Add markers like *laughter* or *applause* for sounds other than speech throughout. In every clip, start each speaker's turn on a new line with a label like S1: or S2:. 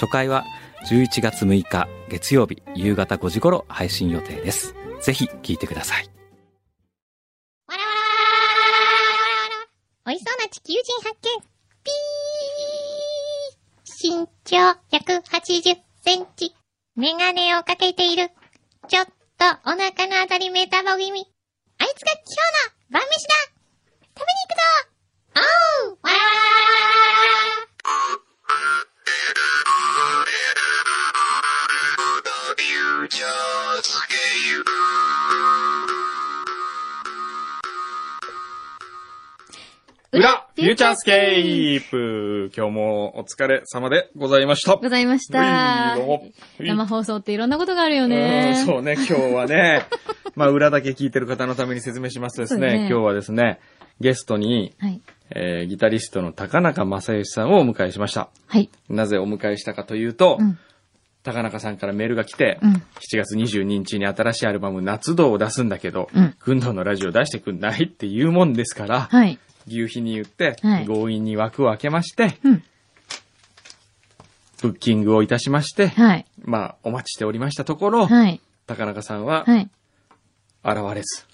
S1: 初回は11月6日月曜日夕方5時頃配信予定ですぜひ聞いてください
S2: 美味しそうな地球人発見ピー身長180センチ。メガネをかけている。ちょっとお腹のあたりメタボ気味。あいつが今日の晩飯だ食べに行くぞおうわらわらわ
S3: 裏、フューチャースケープ今日もお疲れ様でございました。
S4: ございました
S3: ういどうも。
S4: 生放送っていろんなことがあるよ
S3: うん
S4: ね。
S3: そうね、今日は
S4: *laughs*
S3: ね、まあ裏だけ聞いてる方のために説明しますとです
S4: そう
S3: ね、
S4: ね
S3: 今日はですね、ゲストに、
S4: はい。
S3: えーギタリストの高中正義さんをお迎えしました。
S4: はい。
S3: なぜお迎えしたかというと、
S4: うん。
S3: 高中さんからメールが来て、
S4: うん。
S3: 7月22日に新しいアルバム夏道を出すんだけど、
S4: うん
S3: 群道のラジオ出してくんないって言うもんです
S4: *laughs*
S3: から、
S4: はい。
S3: 牛皮に言って、
S4: はい
S3: 強引に枠を開けまして、
S4: うん
S3: ブッキングをいたしまして、
S4: はい。
S3: まあ、お待ちしておりましたところ、
S4: はい。
S3: 高中さんは
S4: はい。
S3: 現れず、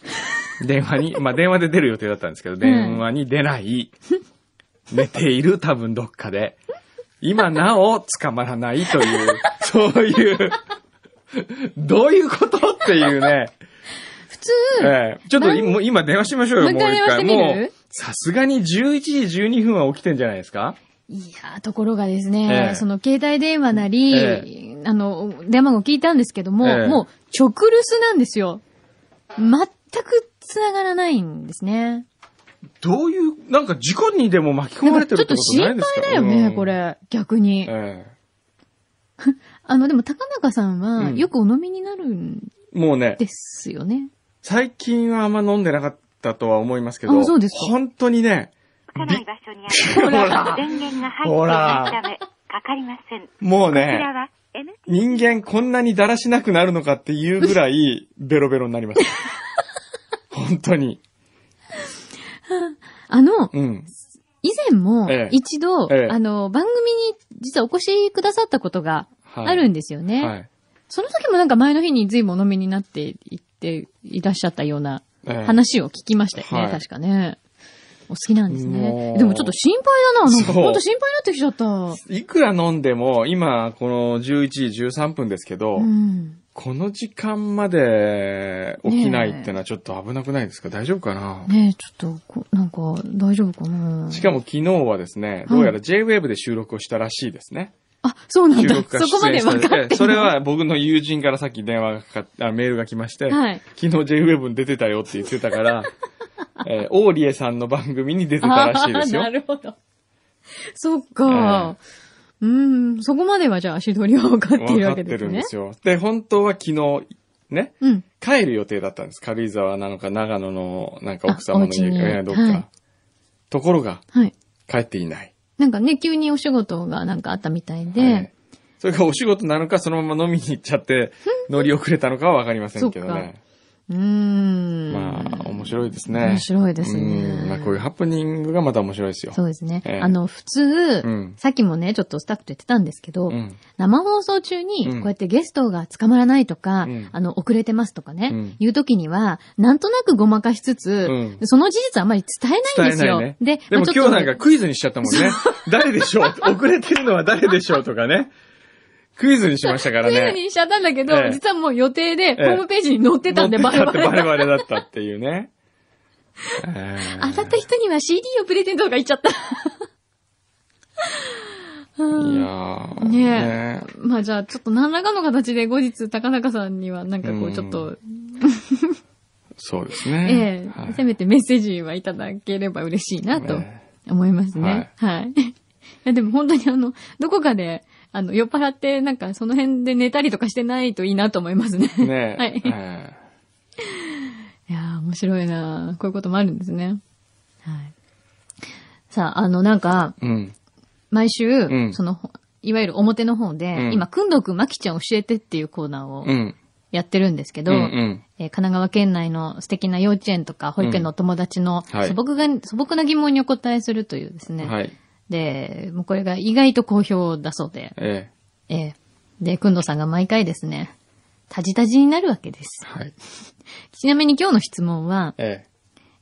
S3: 電話に、まあ、電話で出る予定だったんですけど、電話に出ない、寝ている多分どっかで、今なお捕まらないという、そういう、どういうことっていうね。
S4: 普通、
S3: ええちょっと今今電話しましょうよ、
S4: もう一回電話してみる
S3: もう、さすがに11時12分は起きてんじゃないですか
S4: いやーところがです
S3: え
S4: ね、
S3: え
S4: その携帯電話なり、
S3: え
S4: あの、電話を聞いたんですけども、
S3: ええ
S4: もう直留守なんですよ。全く繋がらないんですね。
S3: どういう、なんか事故にでも巻き込まれてる
S4: ちょ
S3: っ
S4: って
S3: こ
S4: と
S3: と
S4: 心
S3: ない
S4: 配
S3: ですか
S4: だよね、こ。れ。逆
S3: うん。
S4: に
S3: え
S4: あの、でも高中さんは、
S3: うん
S4: よくお飲みになるん
S3: えもうね、
S4: ですよね。
S3: 最近はあんま飲んでなかったとは思いますけど、
S4: あそうですか
S3: 本当にね、
S5: ない場所にあ
S3: び
S5: る
S3: ほら、
S5: 電源が入って
S3: ほ
S5: い
S3: ら
S5: ないため、かかりません。こ
S3: もう
S5: ちら
S3: ね、
S5: は NT
S3: 人間こんなにだらしなくなるのかっていうぐら
S4: *laughs*
S3: い、ベロベロになります。本当に。
S4: あの、
S3: うん。
S4: 以前も
S3: ええ
S4: 一度、
S3: ええ
S4: あの、番組に実はお越しくださったことが
S3: はい
S4: あるんですよね。
S3: はい。
S4: その時もなんか前の日に随分お飲みになっていっていらっしゃったような
S3: ええ
S4: 話を聞きましたよね、
S3: はい
S4: 確かね。お好きなんです
S3: も
S4: ね。
S3: う
S4: でもちょっと心配だな。なん
S3: そ
S4: か
S3: う
S4: ほんと心配になってきちゃった。
S3: いくら飲んでも、今、この11時13分ですけど、
S4: うん。
S3: この時間まで起きないってのはちょっと危なくないですか大丈夫かな、
S4: ねえ、ちょっとこ、なんか大丈夫かな。
S3: しかも昨日はですね、どうやら JWAVE で収録をしたらしいですね。
S4: あ、そうなん
S3: 収
S4: だ。
S3: 録か
S4: *laughs* そこまで分かっ
S3: ええ
S4: て
S3: それは僕の友人からさっき電話がかかっあメールが来まして、 *laughs*
S4: はい。
S3: 昨日 JWAVE に出てたよって言ってた
S4: *laughs*
S3: から、えー、オーリエさんの番組に出てたらしいです
S4: あ
S3: よ
S4: ーな。るほど。そっか。うん、そこまではじゃあ足取りは分かってい
S3: 分
S4: る
S3: か
S4: わ
S3: って
S4: けです
S3: るん
S4: ね
S3: で。すよ。で、本当は昨日、ね、
S4: うん。
S3: 帰る予定だったんです。軽井沢なのか、長野の、なんか奥様
S4: あ
S3: の
S4: お家に
S3: ええどっか、
S4: はい
S3: ところが、
S4: はい。
S3: 帰っていない。
S4: なんかね、急にお仕事がなんかあったみたいで、
S3: はいそれがお仕事なのか、そのまま飲みに行っちゃって、乗り遅れたのかはわかりませんけどね。
S4: うーん。
S3: まあ、面白いですね。
S4: 面白いですね
S3: うんまあ、こういうハプニングがまた面白いですよ。
S4: そうですね。
S3: ええ
S4: あの、普通、
S3: うん
S4: さっきもね、ちょっとスタッフと言ってたんですけど、
S3: うん。
S4: 生放送中に、
S3: う
S4: こ
S3: ん
S4: うやってゲストが捕まらないとか、
S3: うん
S4: あの、遅れてますとかね、
S3: うん
S4: いう時には、なんとなくごまかしつつ、
S3: うん
S4: その事実はあまり伝えないんですよ。
S3: 伝えない
S4: で、
S3: で
S4: ま
S3: も
S4: あち
S3: 今
S4: ょっ
S3: 日
S4: と
S3: なんかクイズにしちゃったもんね。誰でしょう遅れてるのは誰でしょうとかね。クイズにしましたから
S4: クイズ
S3: ね。
S4: にしちゃったんだけど、
S3: ええ
S4: 実はもう予定で、ホ
S3: え
S4: ームページに載ってたんで、バレバレ
S3: 乗ってたって
S4: だ。
S3: バレバレだったっていう
S4: *laughs*
S3: ね。えー
S4: 当たった人には CD をプレゼントとか言っちゃった。 *laughs* うん
S3: いやー
S4: ねえ
S3: ねえ
S4: まあじゃあ、ちょっと何らかの形で後日、高中さんには、なんかこ
S3: うん
S4: う、ちょっと、
S3: そうです
S4: え
S3: ね
S4: え。
S3: はい
S4: せめてメッセージはいただければ嬉しいな、と
S3: ええ
S4: *laughs* 思いますね。はい。いやでも本当にあの、どこかで、あの、酔っ払って、なんかその辺で寝たりとかしてないといいなと思いますね。 *laughs*
S3: ねえ。
S4: はい。
S3: え
S4: いやー、面白いなーこういうこともあるんですね。はい。さあ、あの、なんか、
S3: えうん。
S4: 毎週、
S3: ん
S4: その、ほいわゆる表の方で、
S3: うん
S4: 今、くんどくんまきちゃん教えてっていうコーナーを
S3: うん。
S4: やってるんですけど、
S3: うんうん
S4: えー神奈川県内の素敵な幼稚園とか保育園のお友達の
S3: うんはい
S4: 素朴が、素朴な疑問にお答えするというですね。
S3: はい。
S4: で、もうこれが意外と好評だそうで、
S3: ええ。
S4: えーで、くんどさんが毎回ですね、タジタジになるわけです。
S3: はい。
S4: *laughs* ちなみに今日の質問は、
S3: え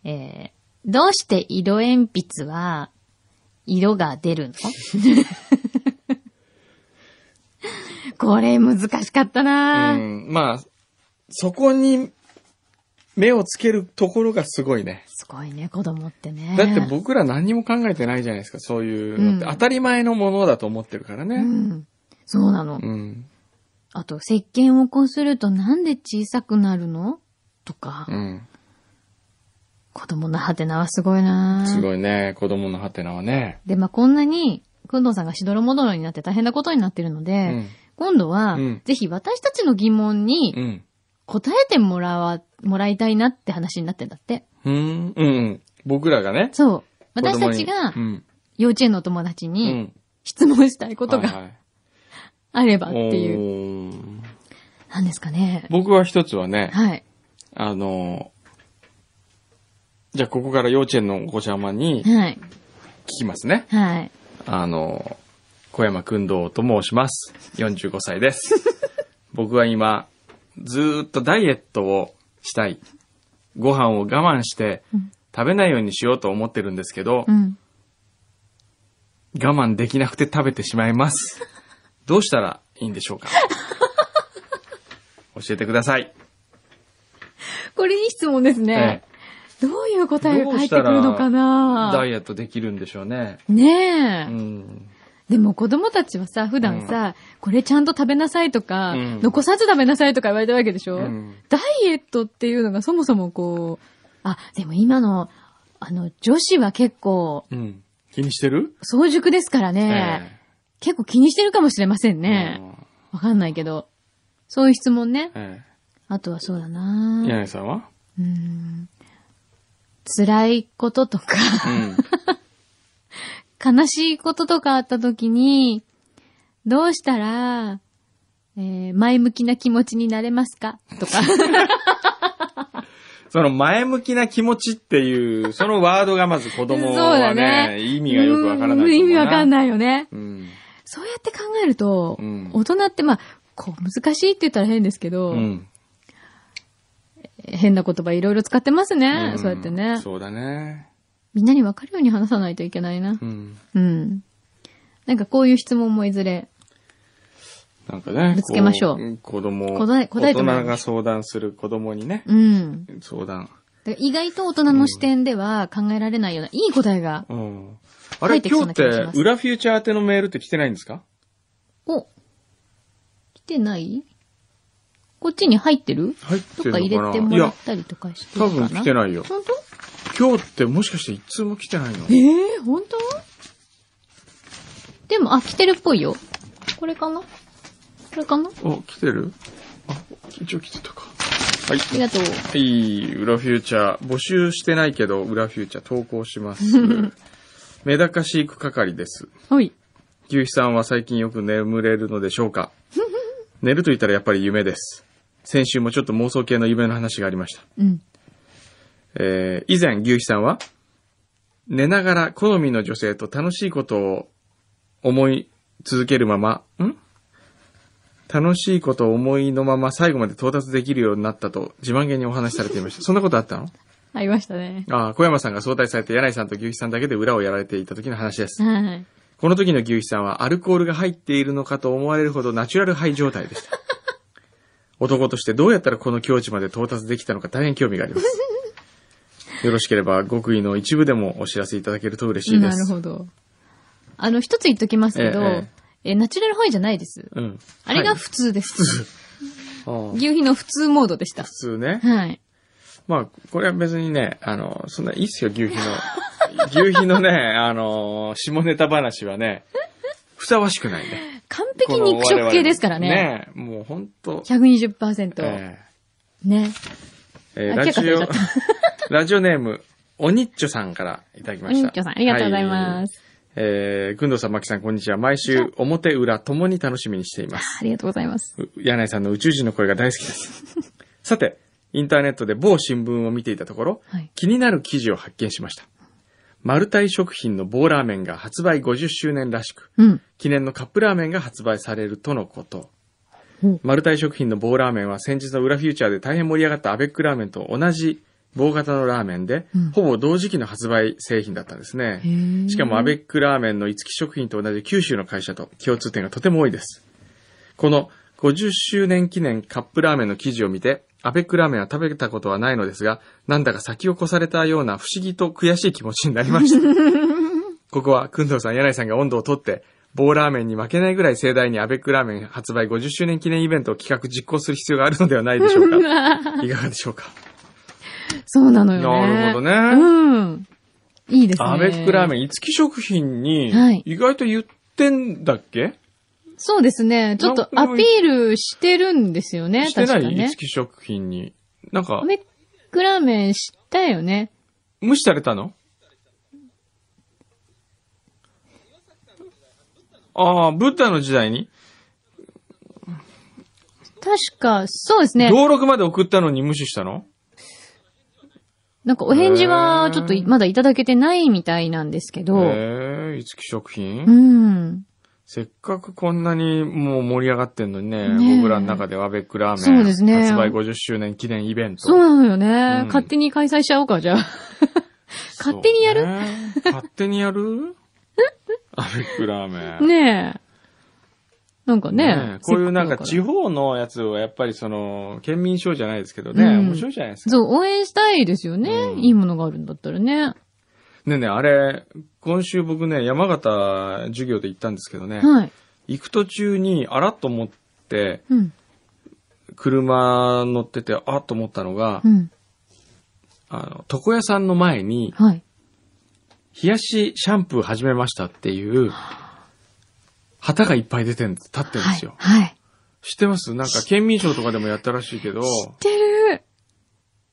S4: えーどうして色鉛筆は、色が出るの *laughs* これ難しかった
S3: え。う
S4: なぁ
S3: ん。まあ、そこに目をつけるところがすごいね。
S4: すごいね、子供ってね。
S3: だって僕ら何も考えてないじゃないですか、そういうのって。
S4: うん
S3: 当たり前のものだと思ってるから
S4: う
S3: ね。
S4: ん。そうな
S3: う
S4: の。
S3: ん。
S4: あと、石鹸をこうするとなんで小さくなるのとか、
S3: うん。
S4: 子供のハテナはすごいなぁ
S3: すごいね、子供のハテナはね。
S4: で、まあ、こんなに、くんどうさんがしどろもどろになって大変なことになってるので、
S3: うん。
S4: 今度は、
S3: うん
S4: ぜひ私たちの疑問に、
S3: うん。
S4: 答えてもらわ、もらいたいなって話になってんだって。
S3: うん。うんうん。僕らがね。
S4: そう。私たち
S3: 子
S4: が
S3: 供にうん。
S4: 幼稚園のお友達
S3: う
S4: に
S3: ん。
S4: 質問したいこと
S3: は
S4: が
S3: いはい
S4: あればっていう。
S3: おー
S4: なんですかね。
S3: 僕は一つはね、
S4: はい。
S3: あの、じゃあここから幼稚園のお子ちゃまに
S4: はい。
S3: 聞きますね。
S4: はい。
S3: あの、小山くんどうと申します。45歳
S4: *laughs*
S3: です。僕は今、ずーっとダイエットをしたい。ご飯を我慢して
S4: うん
S3: 食べないようにしようと思ってるんですけど、
S4: うん。
S3: 我慢できなくて食べてしまいます。どうしたらいいんでしょうか教えてください。
S4: これいい質問ですね。どういう答えが返ってくるのか
S3: ダ
S4: な
S3: イエットできるんでしょうね。
S4: ねえ、
S3: うん。
S4: でも子供たちはさ、普段さ、これちゃんと食べなさいとか、
S3: うん
S4: 残さず食べなさいとか言われたわけでしょ、
S3: うん
S4: ダイエットっていうのがそもそもこう、あ、でも今の、あの、女子は結構、
S3: うん。気にしてる
S4: 早熟ですからね、結構気にしてるかもしれません
S3: え
S4: ね。わかんないけど。そういう質問ね。
S3: ええ
S4: あとはそうだ
S3: え
S4: な
S3: 柳さんは
S4: うん辛いこととか、
S3: うん。
S4: 悲しいこととかあった時に、どうしたら、えー前向きな気持ちになれますかと
S3: *laughs*
S4: か。
S3: その前向きな気持ちっていう、そのワードがまず子供
S4: そう
S3: は
S4: だ
S3: ね、
S4: ね
S3: 意味がよくわからないと思う
S4: うん意味わかん
S3: い。
S4: ないよね。
S3: うん。
S4: そうやって考えると、
S3: うん
S4: 大人ってまあ、こう難しいって言ったら変ですけど、
S3: うん。
S4: 変な言葉いろいろ使ってますね。
S3: ん
S4: そうやってね。
S3: そうだね。
S4: みんなに分かるように話さないといけないな
S3: う。ん。
S4: うん。なんかこういう質問もいずれ。
S3: なんかね。
S4: ぶつけましょう
S3: こん子供を。
S4: 答え答えてもら
S3: 大
S4: い
S3: 人
S4: ま
S3: が相談する子供にね。
S4: うん。
S3: 相談。
S4: だから意外と大人の視点では考えられないような、いい答えが。
S3: うん。あ
S4: 入
S3: れ
S4: ってきそ
S3: 今
S4: う
S3: 日
S4: な
S3: って
S4: 気がします、
S3: 裏フューチャー宛てのメールって来てないんですか
S4: お来てないこっちに入ってる
S3: 入っ
S4: と
S3: るのな
S4: か入れてもらったりとかしてる
S3: 多
S4: かな
S3: 分来て
S4: い。
S3: ないよ。
S4: 本当
S3: 今日ってもしかして一通も来てないの
S4: ええー、本当でも、あ、来てるっぽいよ。これかなこれかな
S3: お、来てるあ、一応来てたか。はい。
S4: ありがとう。
S3: はい、裏フューチャー。募集してないけど、裏フューチャー投稿します。メダカ飼育係です。
S4: はい。
S3: 牛肥さんは最近よく眠れるのでしょうか寝ると言ったらやっぱり夢です。先週もちょっと妄想系の夢の話がありました。
S4: うん。
S3: えー以前、牛肥さんは、寝ながら好みの女性と楽しいことを思い続けるまま、ん楽しいことを思いのまま最後まで到達できるようになったと自慢げにお話しされていました。そんなことあったの
S4: ありましたね。
S3: ああ、小山さんが相対されて柳井さんと牛肥さんだけで裏をやられていた時の話です。
S4: はい。
S3: この時の牛肥さんはアルコールが入っているのかと思われるほどナチュラルハイ状態でした。男としてどうやったらこの境地まで到達できたのか大変興味があります。よろしければ極意の一部でもお知らせいただけると嬉しいで
S4: な
S3: す。
S4: るほど。あの、一つ言っときますけど、
S3: え
S4: えナチュラルハイじゃないです。
S3: うん。
S4: あれが
S3: はい
S4: 普通です。
S3: ああ
S4: 牛皮の普通モードでした
S3: 普。通ね。
S4: はい。
S3: まあ、これは別にね、あの、そんないいっすよ、牛皮の。牛皮のね、あの、下ネタ話はね、普ふさわしくないね。
S4: 完璧肉食系ですからね。
S3: ねえもう本当。
S4: 120%。
S3: え
S4: ね。
S3: ーえー
S4: あ
S3: ラ
S4: 結構
S3: ジ
S4: 食べ
S3: オ
S4: ちゃっ、
S3: *laughs* ラジオネーム、おにっちょさんからいただきました。。
S4: うんきょさん、ありがとうございますす。
S3: えー、くんどうさん、まきさん、こんにちは。毎週、表裏ともに楽しみにしています。
S4: ありがとうございます。
S3: う柳井さんの宇宙人の声が大好きです。 *laughs* さて、インターネットで某新聞を見ていたところ、
S4: はい。
S3: 気になる記事を発見しました。マルタイ食品の棒ラーメンが発売50周年らしく、
S4: うん。
S3: 記念のカップラーメンが発売されるとのこと
S4: うん。
S3: マルタイ食品の棒ラーメンは先日の裏フューチャーで大変盛り上がったアベックラーメンと同じ棒型のラーメンで、
S4: うん
S3: ほぼ同時期の発売製品だったんですね。
S4: へ
S3: しかもアベ
S4: ッ
S3: ックラーメンの五木食品と同じ九州の会社と共通点がとても多いです。この50周年記念カップラーメンの記事を見て、アベックラーメンは食べたことはないのですが、なんだか先を越されたような不思議と悔しい気持ちになりました。ここは、くんどうさん、柳井さんが温度をとって、棒ラーメンに負けないぐらい盛大にアベックラーメン発売50周年記念イベントを企画実行する必要があるのではないでしょうか。いかがでしょうか。
S4: そうなのよね。
S3: なるほどね
S4: うん。いいですね。
S3: アベックラー
S4: ン。
S3: メン、五木食品に
S4: はい、
S3: 意外と言ってんだっけ、
S4: そうですね。ちょっとアピールしてるんですよね、
S3: して
S4: 確
S3: な
S4: か
S3: い
S4: ね
S3: 五。木食品に。なんか
S4: ア、ベックラーメン知ったよね。
S3: 無視されたのああ、ブッダの時代に、
S4: 確か、そうですね。
S3: 道録まで送ったのに無視したの
S4: なんかお返事はちょっといまだいただけてないみたいなんですけど。
S3: ええ、五木食品、
S4: うん。
S3: せっかくこんなにもう盛り上がってんのにね、
S4: ねえ
S3: 僕らの中ではアベックラーメン。
S4: そうですね
S3: 発売50周年記念イベント。
S4: そうなのよね。
S3: うん
S4: 勝手に開催しちゃおうか、じゃあ。勝手にやる
S3: そうね勝手にや
S4: *laughs*
S3: るアベックラーメン。
S4: ねえ。なんかね
S3: え。こういうなんか
S4: せ
S3: 地
S4: っくだ
S3: 方のやつをやっぱりその、県民賞じゃないですけどね、
S4: うん
S3: 面白いじゃないです
S4: ら
S3: か。
S4: そう、応援したいですよね。
S3: うん
S4: いいものがあるんだったらね。
S3: ねえねえ、あれ、今週僕ね、山形授業で行ったんですけどね、
S4: はい。
S3: 行く途中にあらっと思って、
S4: うん。
S3: 車乗ってて、あっと思ったのが、
S4: うん。
S3: あの、床屋さんの前に、
S4: はい。
S3: 冷やしシャンプー始めましたっていう、旗がいっぱい出てん、立ってるん
S4: は
S3: です
S4: い
S3: よ。。
S4: はい。
S3: 知ってますなんか県民賞とかでもやったらしいけど、
S4: 知ってる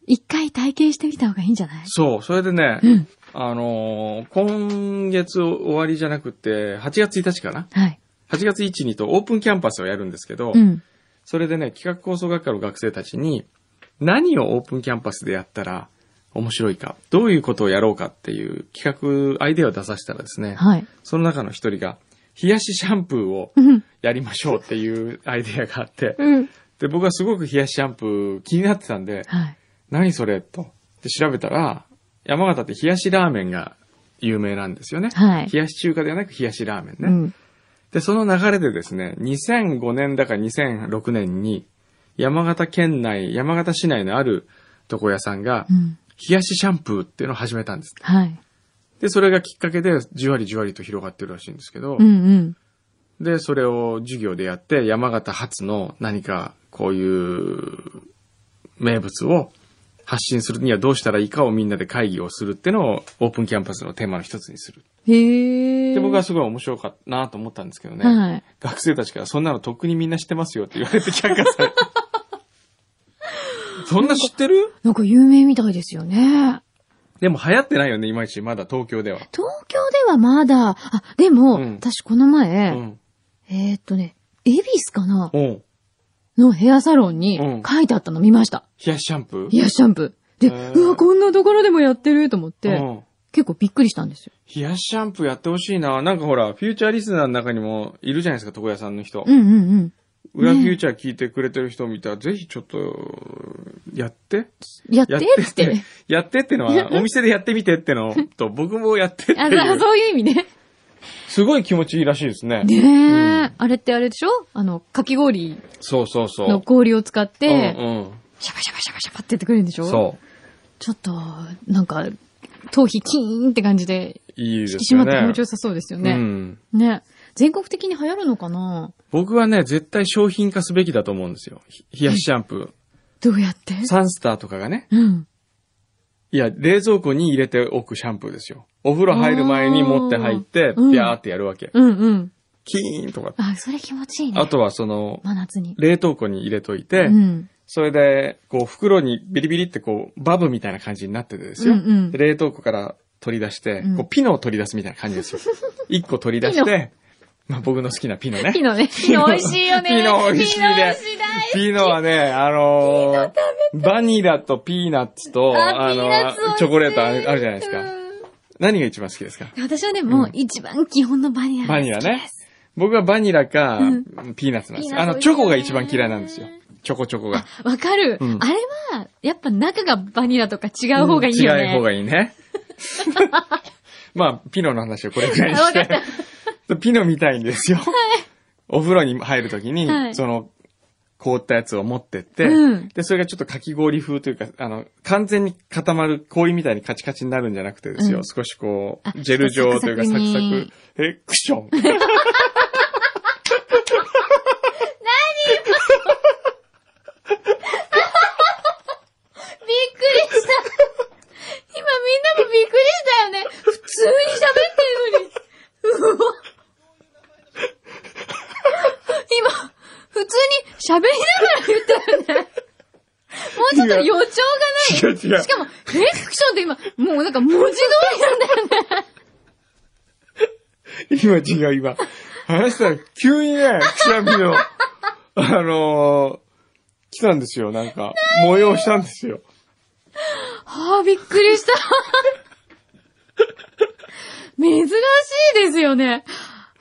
S4: 一回体験してみた方がいいんじゃない
S3: そう、それでね、
S4: うん。
S3: あのー今月終わりじゃなくて、8月1日かな
S4: はい。
S3: ?8 月1日とオープンキャンパスをやるんですけど、
S4: うん。
S3: それでね、企画構想学科の学生たちに、何をオープンキャンパスでやったら面白いか、どういうことをやろうかっていう企画、アイデアを出させたらですね、
S4: はい。
S3: その中の一人が、冷やしシャンプーを
S4: うん。
S3: やりましょうっていうアイデアがあって、
S4: うん。
S3: で、僕はすごく冷やしシャンプー気になってたんで、
S4: はい。
S3: 何それと。で、調べたら、山形って冷やしラーメンが有名なんですよね。
S4: はい。
S3: 冷やし中華ではなく冷やしラーメンね。
S4: うん。
S3: で、その流れでですね、2005年だか2006年に、山形県内、山形市内のある床屋さんが
S4: う、ん。
S3: 冷やしシャンプーっていうのを始めたんです。
S4: はい。
S3: で、それがきっかけで、じわりじわりと広がってるらしいんですけど、
S4: うんうん。
S3: で、それを授業でやって、山形発の何かこういう名物を発信するにはどうしたらいいかをみんなで会議をするっていうのをオープンキャンパスのテーマの一つにする。
S4: へえ。
S3: で、僕はすごい面白かったなと思ったんですけどね。
S4: はい。
S3: 学生たちからそんなのとっくにみんな知ってますよって言われて却下さ
S4: *laughs*
S3: れた。そんな知ってる
S4: なんか有名みたいですよね。
S3: でも流行ってないよね、いまいち。まだ東京では。
S4: 東京ではまだ、あ、でも、
S3: うん
S4: 私この
S3: う
S4: 前、
S3: ん。
S4: えーっとね、恵比寿かな
S3: おう
S4: のヘアサロンに
S3: うん
S4: 書いてあったの見ました。
S3: 冷やしシャンプー
S4: ヘアシャンプー。で、
S3: へー
S4: うわ、こんなところでもやってると思って、
S3: うん
S4: 結構びっくりしたんですよ。
S3: 冷やしシャンプーやってほしいな。なんかほら、フューチャーリスナーの中にもいるじゃないですか、床屋さんの人。
S4: うんうんうん。
S3: 裏フューチャー聞いてくれてる人を見たら、ぜひちょっと、やって。
S4: やって
S3: や
S4: っ
S3: って
S4: て。 *laughs*
S3: やってってのは、お店でやってみてってのと、僕もやってって
S4: あそ、
S3: いうう。
S4: そういう意味ね。
S3: すごい気持ちいいらしいですね。
S4: ねえ、あれってあれでしょあの、かき氷
S3: そうそうそう。
S4: の氷を使っ
S3: う
S4: て、
S3: んうん。
S4: シャバシャバシャバシャバってやってくれるんでしょ
S3: そ
S4: ちょっと、なんか、頭皮キーンって感じで、
S3: う。いい
S4: 引
S3: で
S4: き
S3: す
S4: 締ま
S3: よ
S4: って気
S3: ね
S4: 持ち。よさそうですよ
S3: う
S4: ね。
S3: ん。
S4: ね。全国的に流行るのかな
S3: 僕はね、絶対商品化すべきだと思うんですよ。ひ冷やしシャンプ
S4: どうやって
S3: ー。サンスターとかがね。
S4: うん。
S3: いや、冷蔵庫に入れておくシャンプーですよ。お風呂入る前に持って入って、
S4: うん
S3: ビャーってやるわけ。
S4: うんうん。
S3: キーンとか。
S4: あ、それ気持ちいいね。
S3: あとはその、
S4: 真夏に。
S3: 冷凍庫に入れといて、
S4: うん。
S3: それで、こう、袋にビリビリってこう、バブみたいな感じになっててですよ。
S4: うんうん
S3: で冷凍庫から取り出して、
S4: うん
S3: こう、ピノを取り出すみたいな感じ
S4: *laughs*
S3: ですよ。一個取り出して、まあ僕の好きなピノね。
S4: ピノね。ピノ美味しいよね。
S3: ピノ美味しいね
S4: ピノ美味しい大好き
S3: ピノはね、あのーバニラとピーナッツと、
S4: あピー
S3: の
S4: ナッツ美味しい
S3: チョコレートあるあるじゃないですか。
S4: うん
S3: 何が一番好きですか
S4: 私はね、も
S3: う
S4: うん一番基本のバ *laughs* ニラが
S3: バ
S4: 好き
S3: ニ
S4: で
S3: ラ
S4: す。
S3: ね。僕はバニラか、ピーナッツなんです
S4: ピー
S3: よ。
S4: ナ
S3: あ
S4: ッ
S3: の、
S4: ツ
S3: チョコが一番嫌いなんですよ。チョコチョコが。
S4: わかる、
S3: うん
S4: あれは、やっぱ中がバニラとか違う方がいいよね。
S3: 違う方がいい
S4: *laughs*
S3: ね。まあ、ピノの話をこれくらいに
S4: あわ
S3: し。
S4: かって
S3: ピノみたいんですよ。お風呂に入るときに、
S4: はい
S3: その、凍ったやつを持ってって、
S4: うん
S3: で、それがちょっとかき氷風というか、あの、完全に固まる氷みたいにカチカチになるんじゃなくてですよ、
S4: うん
S3: 少しこ
S4: あ
S3: う、ジェル状というか
S4: サ
S3: サ
S4: クサク
S3: ク
S4: に
S3: サク、え、クッション。何
S4: びっくりした。今みんなもびっくりしたよね。普通に喋ってるのに。うお今、普通に喋りながら言ったよね。もうちょっと予兆がな
S3: 違
S4: い。
S3: う違う
S4: しかも、フレクションって今、もうなんか文字通りなんだよね。
S3: *laughs* 今違う、今。話したら急にね、くしゃみの、あのー来たんですよ、なんか。催したんですよ。
S4: ああ、びっくりした。珍しいですよね。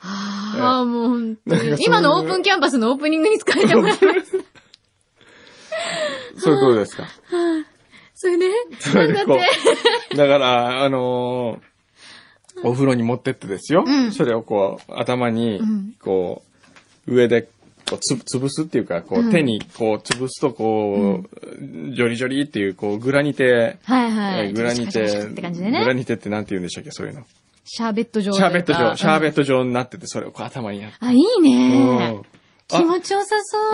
S4: ああ、もう本当
S3: なんかそういう
S4: に。今のオープンキャンパスのオープニングに使えてもらいました。
S3: それどうですか
S4: それで、
S3: それで
S4: なんだっ
S3: こ
S4: て。
S3: う。だから、あのーお風呂に持ってってですよ。
S4: うん
S3: それをこう、頭に
S4: うん、
S3: こう、上で、こうつ、潰すっていうか、こ
S4: うん
S3: う、手に、こう、潰すと、こう、ジョリジョリっていう、こう、グラニテ、
S4: はいは
S3: え
S4: い。
S3: ーグラニ
S4: シャカシャカシャ
S3: テ、
S4: カって
S3: グ
S4: 感じで
S3: ラ
S4: ね。
S3: ニテってなんて言うんでしたっけ、そういうの。
S4: シャーベット状
S3: シャーベット状、シャーベ
S4: ッ
S3: ット状になってて、それをこう頭にやって。
S4: ト。あ、いい
S3: うん
S4: ね。
S3: あ
S4: 気持ちよさそう。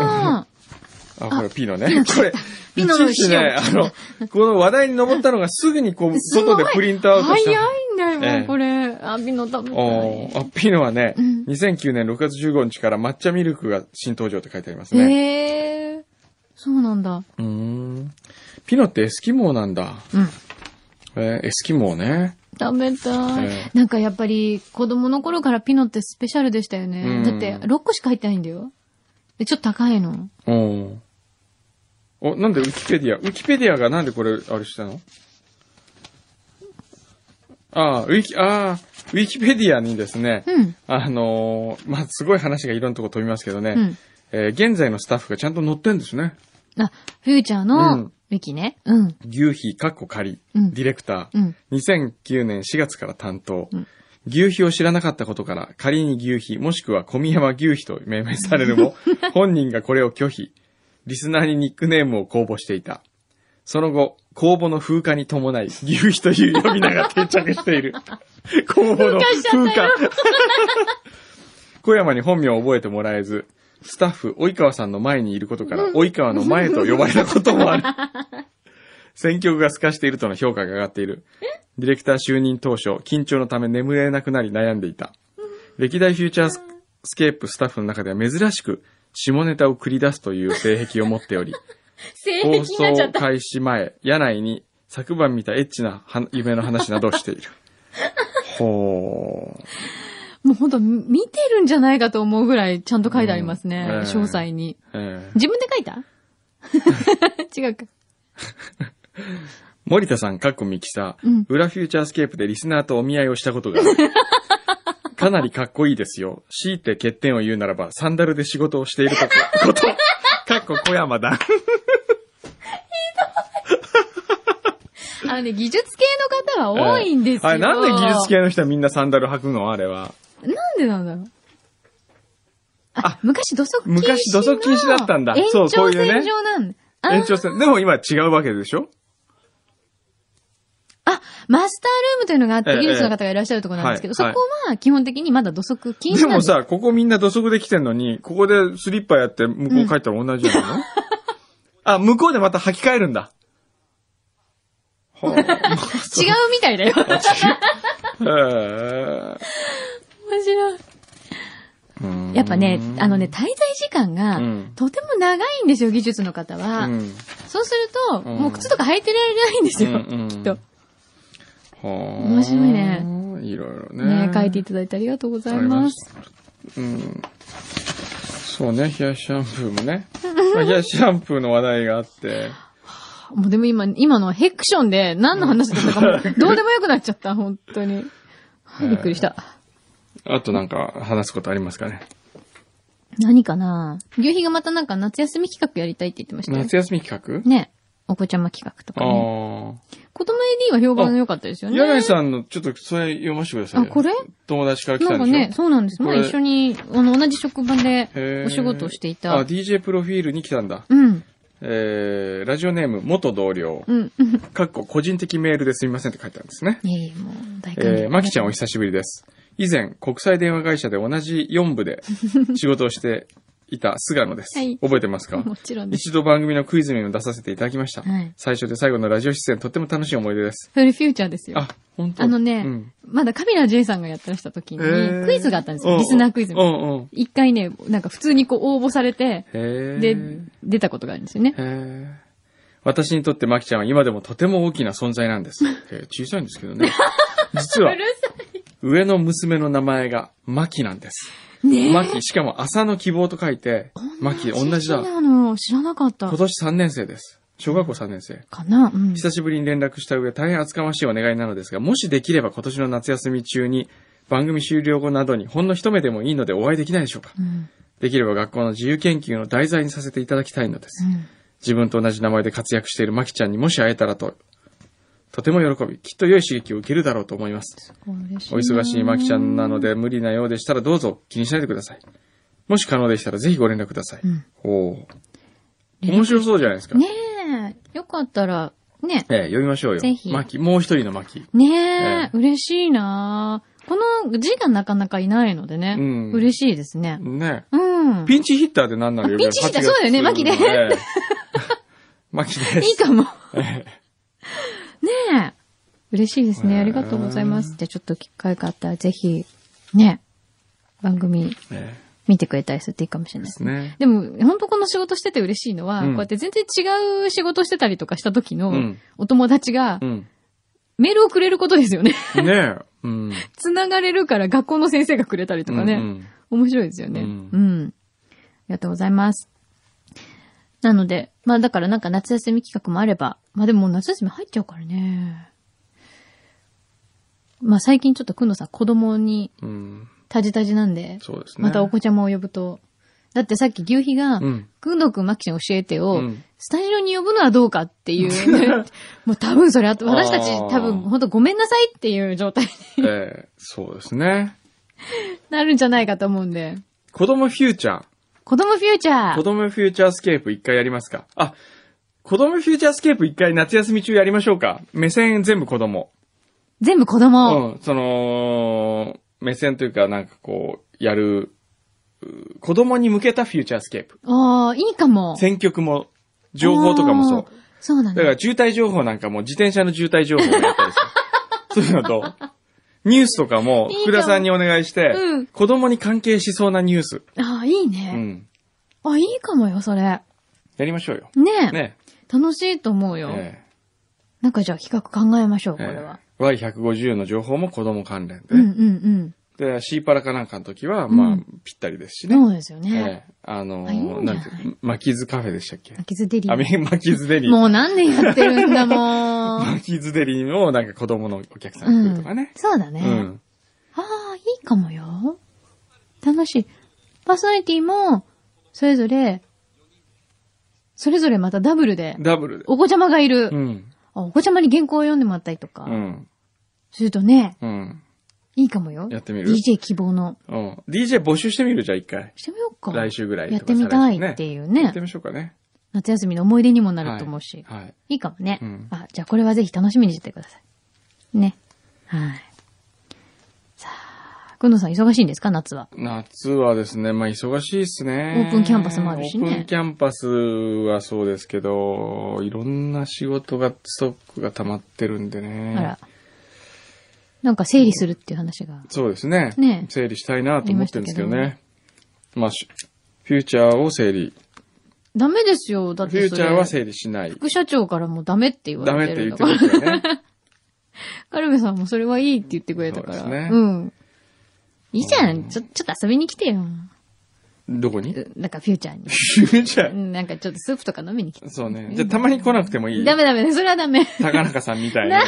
S3: あ、これピノね。これ、
S4: ピノ
S3: い
S4: の
S3: ちいちね、あの、この話題に上ったのがすぐにこう、
S4: *laughs* す
S3: 外
S4: ごい
S3: でプリントアウトした。
S4: 早いんだよ、
S3: ええ
S4: これ。あ、ビノ食べた
S3: お
S4: い。
S3: ーあピノはね、
S4: うん
S3: 2009年6月15日から抹茶ミルクが新登場って書いてありますね。
S4: へえ。そうなんだ。
S3: うーん。ピノってエスキモーなんだ。
S4: うん。
S3: えーエスキモーね。
S4: 食べた
S3: ええ
S4: い。なんかやっぱり子供の頃からピノってスペシャルでしたよ
S3: う
S4: ね。
S3: ん
S4: だって6個しか入ってないんだよ。でちょっと高いの。
S3: おーお、なんでウキペディアウキペディアがなんでこれ、あれしたのああ、ウィキ、ああ、ウィキペディアにですね、
S4: うん。
S3: あのーまあ、すごい話がいろんなとこ飛びますけどね、
S4: うん
S3: えー現在のスタッフがちゃんと載ってんですね。
S4: あ、フューチャー
S3: うん
S4: のウィキね。うん。
S3: 牛皮かっこ仮、
S4: うん
S3: ディレクタ
S4: う
S3: ー、
S4: ん。
S3: 2009年4月から担当、
S4: うん
S3: 牛皮を知らなかったことから、仮に牛皮、もしくは小宮山牛皮と命名される
S4: *laughs*
S3: も、本人がこれを拒否。リスナーにニックネームを公募していた。その後、公募の風化に伴い、牛皮という呼び名が定着して *laughs* いる。公募の風化。小山に本名を覚えてもらえず、スタッフ、及川さんの前にいることから、及川の前と呼ばれたこともあ *laughs* る。選曲が透かしているとの評価が上がっている。ディレクター就任当初、緊張のため眠れなくなり悩んでいた。歴代フューチャーススケープスタッフの中では珍しく、下ネタを繰り出すという性癖を持っており、
S4: 性
S3: 放
S4: 癖になっちゃ
S3: 送
S4: った。
S3: 開始前、屋内に昨晩見たエッチなは夢の話などをしてい
S4: *laughs*
S3: る。ほー。
S4: もうほんと見見てるんじゃないかと思うぐらいちゃんと書いてありますね。
S3: うんええ
S4: 詳細に。
S3: えー
S4: 自分で書い
S3: *laughs*
S4: た違うか。
S3: 森田さん、かっこミキサー、
S4: うん
S3: 裏フューチャースケープでリスナーとお見合いをしたこと
S4: *laughs*
S3: がある。かなりかっこいいですよ。強いて欠点を言うならば、サンダルで仕事をしていること。ことかっこ小山だ。
S4: あのね、技術系の方は多いんですよ。
S3: あれなんで技術系の人はみんなサンダル履くのあれは。
S4: なんでなんだろう。あ、昔土足禁止の。
S3: 昔土足禁止だったんだ
S4: 延
S3: そ
S4: 長
S3: うこういうね
S4: 線上なんだ。あ
S3: 延長戦。でも今違うわけでしょ
S4: あ、マスタールームというのがあっ
S3: ええ
S4: て、技術の方がいらっしゃるところなんですけど、
S3: ええ
S4: そ
S3: はい
S4: こは基本的にまだ土足禁止
S3: で
S4: なん
S3: も
S4: です。
S3: さ、ここみんな土足で来てんのに、ここでスリッパやって向こう帰ったら同じじゃないの、
S4: *laughs*
S3: あ、向こうでまた履き替えるんだ。ほうへ
S4: 違うみたい
S3: *laughs*
S4: だよ。
S3: え
S4: 面白い。やっぱね、あのね、、滞在時間
S3: う
S4: が、
S3: ん。
S4: とても長いんですよ、技術の方は。
S3: うん
S4: そうすると、
S3: うん
S4: もう靴とか履いてられないんですよ、
S3: うんうん
S4: きっと。
S3: 面
S4: 面白いね。
S3: いろいろね。
S4: ね書いていただいてありがとうございます。
S3: わかりました。うん。そうね、冷やしシャンプーもね。まあ冷やしシャンプーの話題があって。
S4: もうでも今、今のはヘクションで何の話だったかも
S3: *laughs*
S4: う、どうでもよくなっちゃった、本当に。はいびっくりした。
S3: あとなんか話すことありますかね。
S4: 何かな牛皮がまたなんか夏休み企画やりたいって言ってましたよ。
S3: 夏休み企画
S4: ね。お子ちゃま企画とかね。
S3: あ
S4: 子供 AD は評判良かったです
S3: あ。
S4: よね。
S3: 柳井さんの、ちょっとそれ読ませてくださいよ。
S4: あこれ
S3: 友達から来
S4: な
S3: た
S4: ん
S3: んで
S4: か
S3: しょ
S4: ね、そうなんです。まあ
S3: これ
S4: 一緒に、あの、同じ職場で
S3: へー
S4: お仕事をしてい
S3: あ、
S4: た。
S3: DJ プロフィールに来たんだ。
S4: うん。
S3: えー、ラジオネーム、元同僚。
S4: うん。 *laughs*
S3: かっこ個人的メールですみませんって書いてあるんですね。
S4: いえいえ、もう、大歓迎。
S3: えー、まきちゃんお久しぶりです。以前、国際電話会社で同じ4部
S4: *laughs*
S3: で仕事をしていた菅野です。
S4: はい
S3: 覚えてますか
S4: もちろんです。
S3: 一度番組のクイズにも出させていただきました。
S4: はい
S3: 最初で最後のラジオ出演、とっても楽しい思い出です。
S4: フルフューチャーですよ。
S3: あ、本当
S4: あのね
S3: うん
S4: まだカビラ J さんがやってらした時に、
S3: へー
S4: クイズがあったんです
S3: う
S4: よ。
S3: ん
S4: リスナークイズ
S3: う
S4: みたいなん
S3: うん。
S4: 一回ね、なんか普通にこう応募されて、
S3: へ
S4: で
S3: ー、
S4: 出たことがあるんですよね。
S3: へー私にとってまきちゃんは今でもとても大きな存在なん
S4: *laughs*
S3: です。えー小さいんですけどね。実は
S4: う、るさ
S3: 上の娘の名前がまきなんです。
S4: い。ねえ。
S3: まき、しかも朝の希望と書いて、まき、同じだ
S4: そう。なの、知らなかった
S3: 今。年3年生です。小学校3年生。
S4: かなうん。
S3: 久しぶりに連絡した上、大変厚かましいお願いなのですが、もしできれば今年の夏休み中に、番組終了後などにほんの一目でもいいのでお会いできないでしょうか。
S4: うん。
S3: できれば学校の自由研究の題材にさせていただきたいのです。
S4: うん
S3: 自分と同じ名前で活躍しているまきちゃんにもし会えたらと、とても喜び、きっと良い刺激を受けるだろうと思います。
S4: すごい嬉しい
S3: お
S4: な。
S3: 忙しいまきちゃんなので無理なようでしたらどうぞ気にしないでください。もし可能でしたらぜひご連絡ください。
S4: うん
S3: おー面白そうじゃないですか。
S4: ねえ。よかったら、ね
S3: ええ、読みましょうよ。
S4: ぜひ
S3: まき、もう一人のまき。
S4: え。ね
S3: え
S4: え。嬉しいなこの字がなかなかいないのでね。
S3: うん
S4: 嬉しいですね。
S3: ね
S4: うん。
S3: ピンチヒッターで何なら呼べる
S4: あピンチヒッターそうだよねマキね。 *laughs*
S3: まきです。
S4: い
S3: *laughs*
S4: いかも。
S3: え
S4: ねえ。嬉しいです
S3: え
S4: ね。
S3: え
S4: ありがとうございます。じゃあちょっと機会があったらぜひ、ね、番組
S3: ええ
S4: 見てくれたりするといいかもし
S3: え
S4: れ
S3: で
S4: ないですすね。
S3: ね。
S4: でも、本当この仕事してて嬉しいのは、
S3: うん
S4: こうやって全然違う仕事してたりとかした時
S3: う
S4: の
S3: ん、
S4: お友達が
S3: う、ん。
S4: メールをくれることですよね。 *laughs*
S3: ねえ。うん。
S4: 繋がれるから学校の先生がくれたりとかね。
S3: うん
S4: *laughs* 面白いですよね。
S3: う
S4: うんん。ありがとうございます。なので、まあだからなんか夏休み企画もあれば、まあでももう夏休み入っちゃうからね。まあ最近ちょっとくんのさん子供に
S3: うん。うん。
S4: タジタジなんで、
S3: そうですね。
S4: またお子ちゃまを呼ぶと。だってさっき牛皮が、
S3: うん
S4: くんのくんまきちゃん教えて
S3: う
S4: を、
S3: ん
S4: スタジオに呼ぶのはどうかっ
S3: *laughs*
S4: ていう、もう多分それ、あと私たち
S3: あー
S4: 多分本当ごめんなさいっていう状態に
S3: ええそうですね。
S4: なるんじゃないかと思うんで。
S3: 子供フューチャー。
S4: 子供フューチャー
S3: 子供フューチャースケープ一回やりますかあ、子供フューチャースケープ一回夏休み中やりましょうか。目線全部子供。
S4: 全部子供。
S3: うん、その、目線というかなんかこう、やる、う子供に向けたフューチャースケープ。
S4: ああ、いいかも。
S3: 選曲も、情報とかもそう
S4: あー。。そうだ
S3: だか
S4: ね。
S3: ら渋滞情報なんかも自転車の渋滞情報をやったり
S4: *laughs*
S3: する。そういうのと、ニュースとかも
S4: いいかも
S3: 福田さんにお願いして、
S4: うん
S3: 子供に関係しそうなニュース。
S4: ああ、いいうね。
S3: ん。
S4: あ、いいかもよ、それ。
S3: やりましょうよ。
S4: ね
S3: *laughs*
S4: え。
S3: ね。
S4: 楽しいと思うよ。
S3: え
S4: なんかじゃあ企画考えましょう、
S3: え
S4: これは。
S3: ええ Y150 の情報も子供関連で。
S4: うんうん
S3: で、シーパラかなんかの時は、
S4: ん
S3: まあ、ぴったりですし
S4: うん。
S3: ね。
S4: そうですよ
S3: え
S4: ね。
S3: えあの
S4: あいいんじゃ
S3: ー、
S4: ない
S3: なんていう、巻き図カフェでしたっけ
S4: あきずデリ
S3: あ、み
S4: ー。
S3: 巻き図デリー。
S4: もう何年やってるんだも
S3: *laughs*
S4: ん。
S3: 巻き図デリーをなんか子供のお客さ
S4: うん
S3: 来るとかね
S4: ん。。そうだ
S3: う
S4: ね。
S3: ん。
S4: ああ、いいかもよ。楽しい。パーソナリティも、それぞれ、それぞれまたダブルで、
S3: ダブルで。
S4: お子ちゃまがいる
S3: う。ん。
S4: あお子ちゃまに原稿を読んでもらったりとか
S3: う、ん。
S4: するとね、
S3: うん。
S4: いいかもよ。
S3: やってみる
S4: DJ 希望の。
S3: うん。DJ 募集してみるじゃあ一回。
S4: してみようか。
S3: 来週ぐらいとか
S4: やってみたい
S3: 再来週ね
S4: ってい
S3: や
S4: うね
S3: って。みましょうかね。
S4: 夏休みの思い出にもなると思うし。
S3: はい。
S4: いいかもね
S3: うん。
S4: あ、じゃあこれはぜひ楽しみにしててください。ね。はい。さあ、くんのさん忙しいんですか夏は。
S3: 夏はですね、まあ忙しいですね。
S4: オープンキャンパスもあるしね
S3: オープンキャンパスはそうですけど、いろんな仕事が、ストックが溜まってるんでね。
S4: あら。なんか整理するっていう話が。
S3: そうですね。
S4: ね
S3: 整理したいなと思ってるんですけどね。まあ、しフューチャーを整理。
S4: ダメですよ。だっ
S3: フ
S4: て
S3: ュー
S4: そ
S3: チ
S4: れ。
S3: ャーは整理しない。
S4: 副社長からもダメって言わ
S3: ダメ
S4: れ
S3: ってて
S4: るん
S3: 言っ
S4: だ
S3: て
S4: か
S3: ま
S4: ら。
S3: すよね。
S4: *laughs* カルベさんもそれはいいって言ってくれたか
S3: そ
S4: ら。
S3: うですね
S4: ん。いいじゃん。ちょ、ちょっと遊びに来てよ。
S3: どこにフ
S4: なんかフューチャーに。
S3: ューチャー。
S4: うんなんかちょっとスープとか飲みに来て。
S3: そうね。じゃあたまに来なくてもいい。
S4: ダメダメ、それはダメ。
S3: 高中さんみたいに。
S4: *laughs*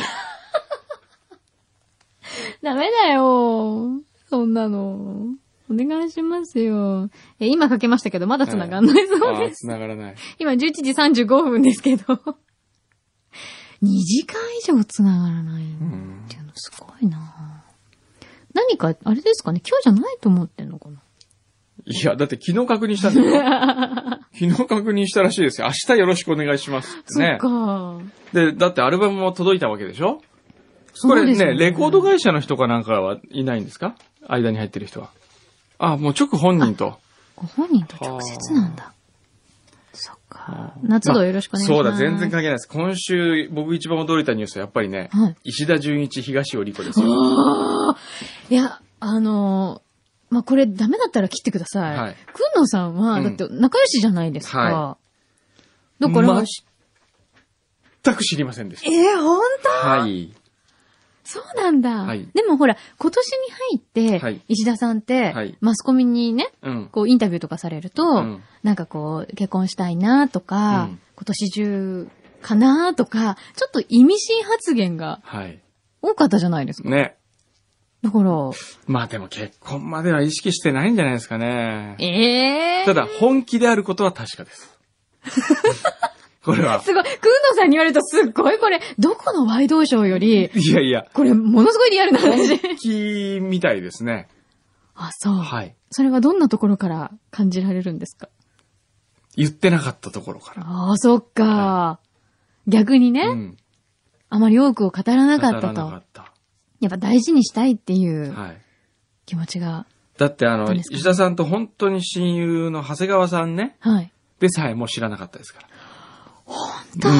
S4: ダメだよ。そんなの。お願いしますよ。え、今かけましたけど、まだ繋がんないそう
S3: ああ、
S4: です。
S3: 繋がらない。
S4: *laughs* 今11時35分ですけど。2時間以上繋がらないっていうのすごいな何か、あれですかね、今日じゃないと思ってんのかない
S3: や、だって昨日確認したんだよ。
S4: *laughs*
S3: 昨日確認したらしいですよ。明日よろしくお願いしますって
S4: そっ
S3: ね。
S4: か。
S3: で、だってアルバムも届いたわけでしょこ
S4: そう
S3: れ
S4: です
S3: ね、
S4: よ
S3: レコード会社の人かなんかはいないんですか間に入ってる人は。あ、もう直本人と。
S4: ご本人と直接なんだ。そっか。夏度よろしくお願いしま
S3: そ
S4: す。
S3: うだ、全然関係ないです。今週、僕一番驚いたニュースはやっぱりね、
S4: はい
S3: 石田純一、東尾理子ですよ。
S4: いや、あのーまあ、これダメだったら切ってください。
S3: はい
S4: くんのさんは、
S3: うん
S4: だって仲良しじゃないですか。
S3: は
S4: だから、
S3: ま全く知りませんでし
S4: えー、ほんと
S3: た。はい。
S4: そうなんだ、
S3: はい
S4: でもほら、今年に入って、
S3: はい
S4: 石田さんって、
S3: はい
S4: マスコミにね、
S3: うん。
S4: こうインタビューとかされると、
S3: うん
S4: なんかこう、結婚したいなとか、
S3: うん
S4: 今年中かなとか、ちょっと意味深発言が
S3: はい。
S4: 多かったじゃないですか。
S3: ね。
S4: だから、
S3: まあでも結婚までは意識してないんじゃないですかね。
S4: ええー。
S3: ただ、本気であることは確か
S4: *laughs*
S3: です。これは。
S4: すごい。くんのさんに言われるとすっごいこれ、どこのワイドショーより、
S3: いやいや、
S4: これ、ものすごいリアルな
S3: *laughs*
S4: 話。
S3: 本気みたいですね。
S4: あ、そう。
S3: はい。
S4: それはどんなところから感じられるんですか
S3: 言ってなかったところから。
S4: ああ、そっか、逆にね、
S3: うん。
S4: あまり多くを語らなかった
S3: 当た
S4: と
S3: らなかった。
S4: やっぱ大事にしたいっていう
S3: はい。
S4: 気持ちが。
S3: だってあの、
S4: どうですか
S3: 石田さんと本当に親友の長谷川さんね、
S4: はい。
S3: でさえも知らなかったですから。本当、うん、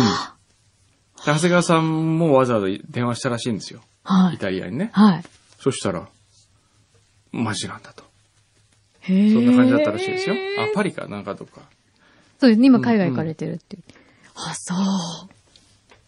S3: 長谷川さんもわざわざ電話したらしいんですよ。
S4: は
S3: イ
S4: い。
S3: タリアにね。
S4: はい。
S3: そしたら、マジなんだと。
S4: へー
S3: そんな感じだったらしいですよ。あ、パリかなんかとか。
S4: そうですね。今海外行かれてるっていう。あ、そう。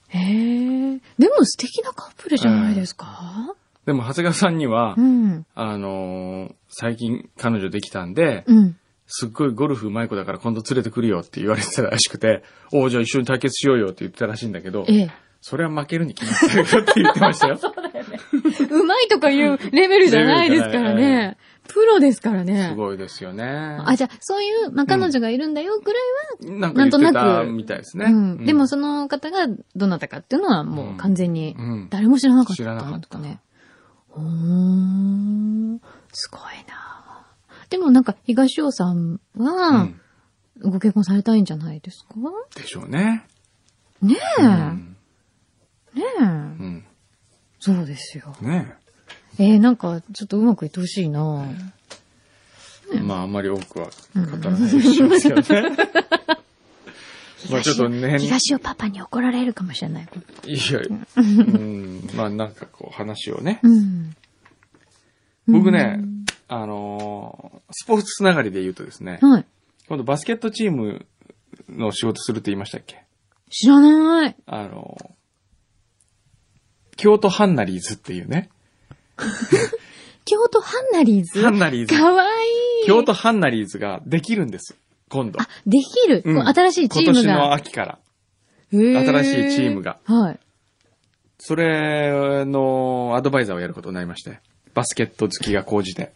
S4: へえ。でも素敵なカップルじゃないですか、
S3: でも長谷川さんには、
S4: うん。
S3: あのー最近彼女できたんで、
S4: うん。
S3: すっごいゴルフうまい子だから今度連れてくるよって言われてたらしくて、おうじゃあ一緒に対決しようよって言ってたらしいんだけど、
S4: ええ。
S3: それは負けるに決まってるよって言ってま
S4: *laughs*
S3: したよ。
S4: うまいとかいうレベルじゃないですから
S3: レベルじゃない
S4: ね。プロですからね。
S3: すごいですよね。
S4: あ、じゃあ、そういう、まあ、彼女がいるんだよ、ぐらい
S3: なんか言ってたみたいですね。
S4: は。うん。でも、
S3: そ
S4: その方がどなたかっていうのは、もう完全に
S3: う、ん。
S4: 誰も知らなかった
S3: 知らなか
S4: ん
S3: っ
S4: です
S3: た
S4: かね。ほーん。すごいなでもなんか、東尾さん
S3: う
S4: は、
S3: ん。
S4: ご結婚されたいんじゃないですか
S3: でしょうね。
S4: ねえ。
S3: うん。
S4: ね
S3: う
S4: え。
S3: ん。
S4: そうですよ。
S3: ね
S4: えー、なんか、ちょっとうまくいってほしいな
S3: え。まあ、あんまり多くは語らないでしょうけどね。 *laughs* まあ、ちょっとね、いや、
S4: 東尾パパに怒られるかもしれない。
S3: うん。まあ、なんかこう、話をね。
S4: うん。
S3: 僕ね、あのースポーツつながりで言うとですね、
S4: はい。
S3: 今度バスケットチームの仕事するって言いましたっけ
S4: 知らない。
S3: あのー京都ハンナリーズっていうね、
S4: 京都ハンナリーズ
S3: ハンナリーズ
S4: かわいい。
S3: 京都ハンナリーズができるんです。今度
S4: あ。、できる。
S3: うん
S4: こう新しいチーム
S3: 今年の
S4: が。
S3: 秋から。
S4: へー
S3: 新しいチームが。
S4: はい。
S3: それのアドバイザーをやることになりまして。バスケット好きが高じて。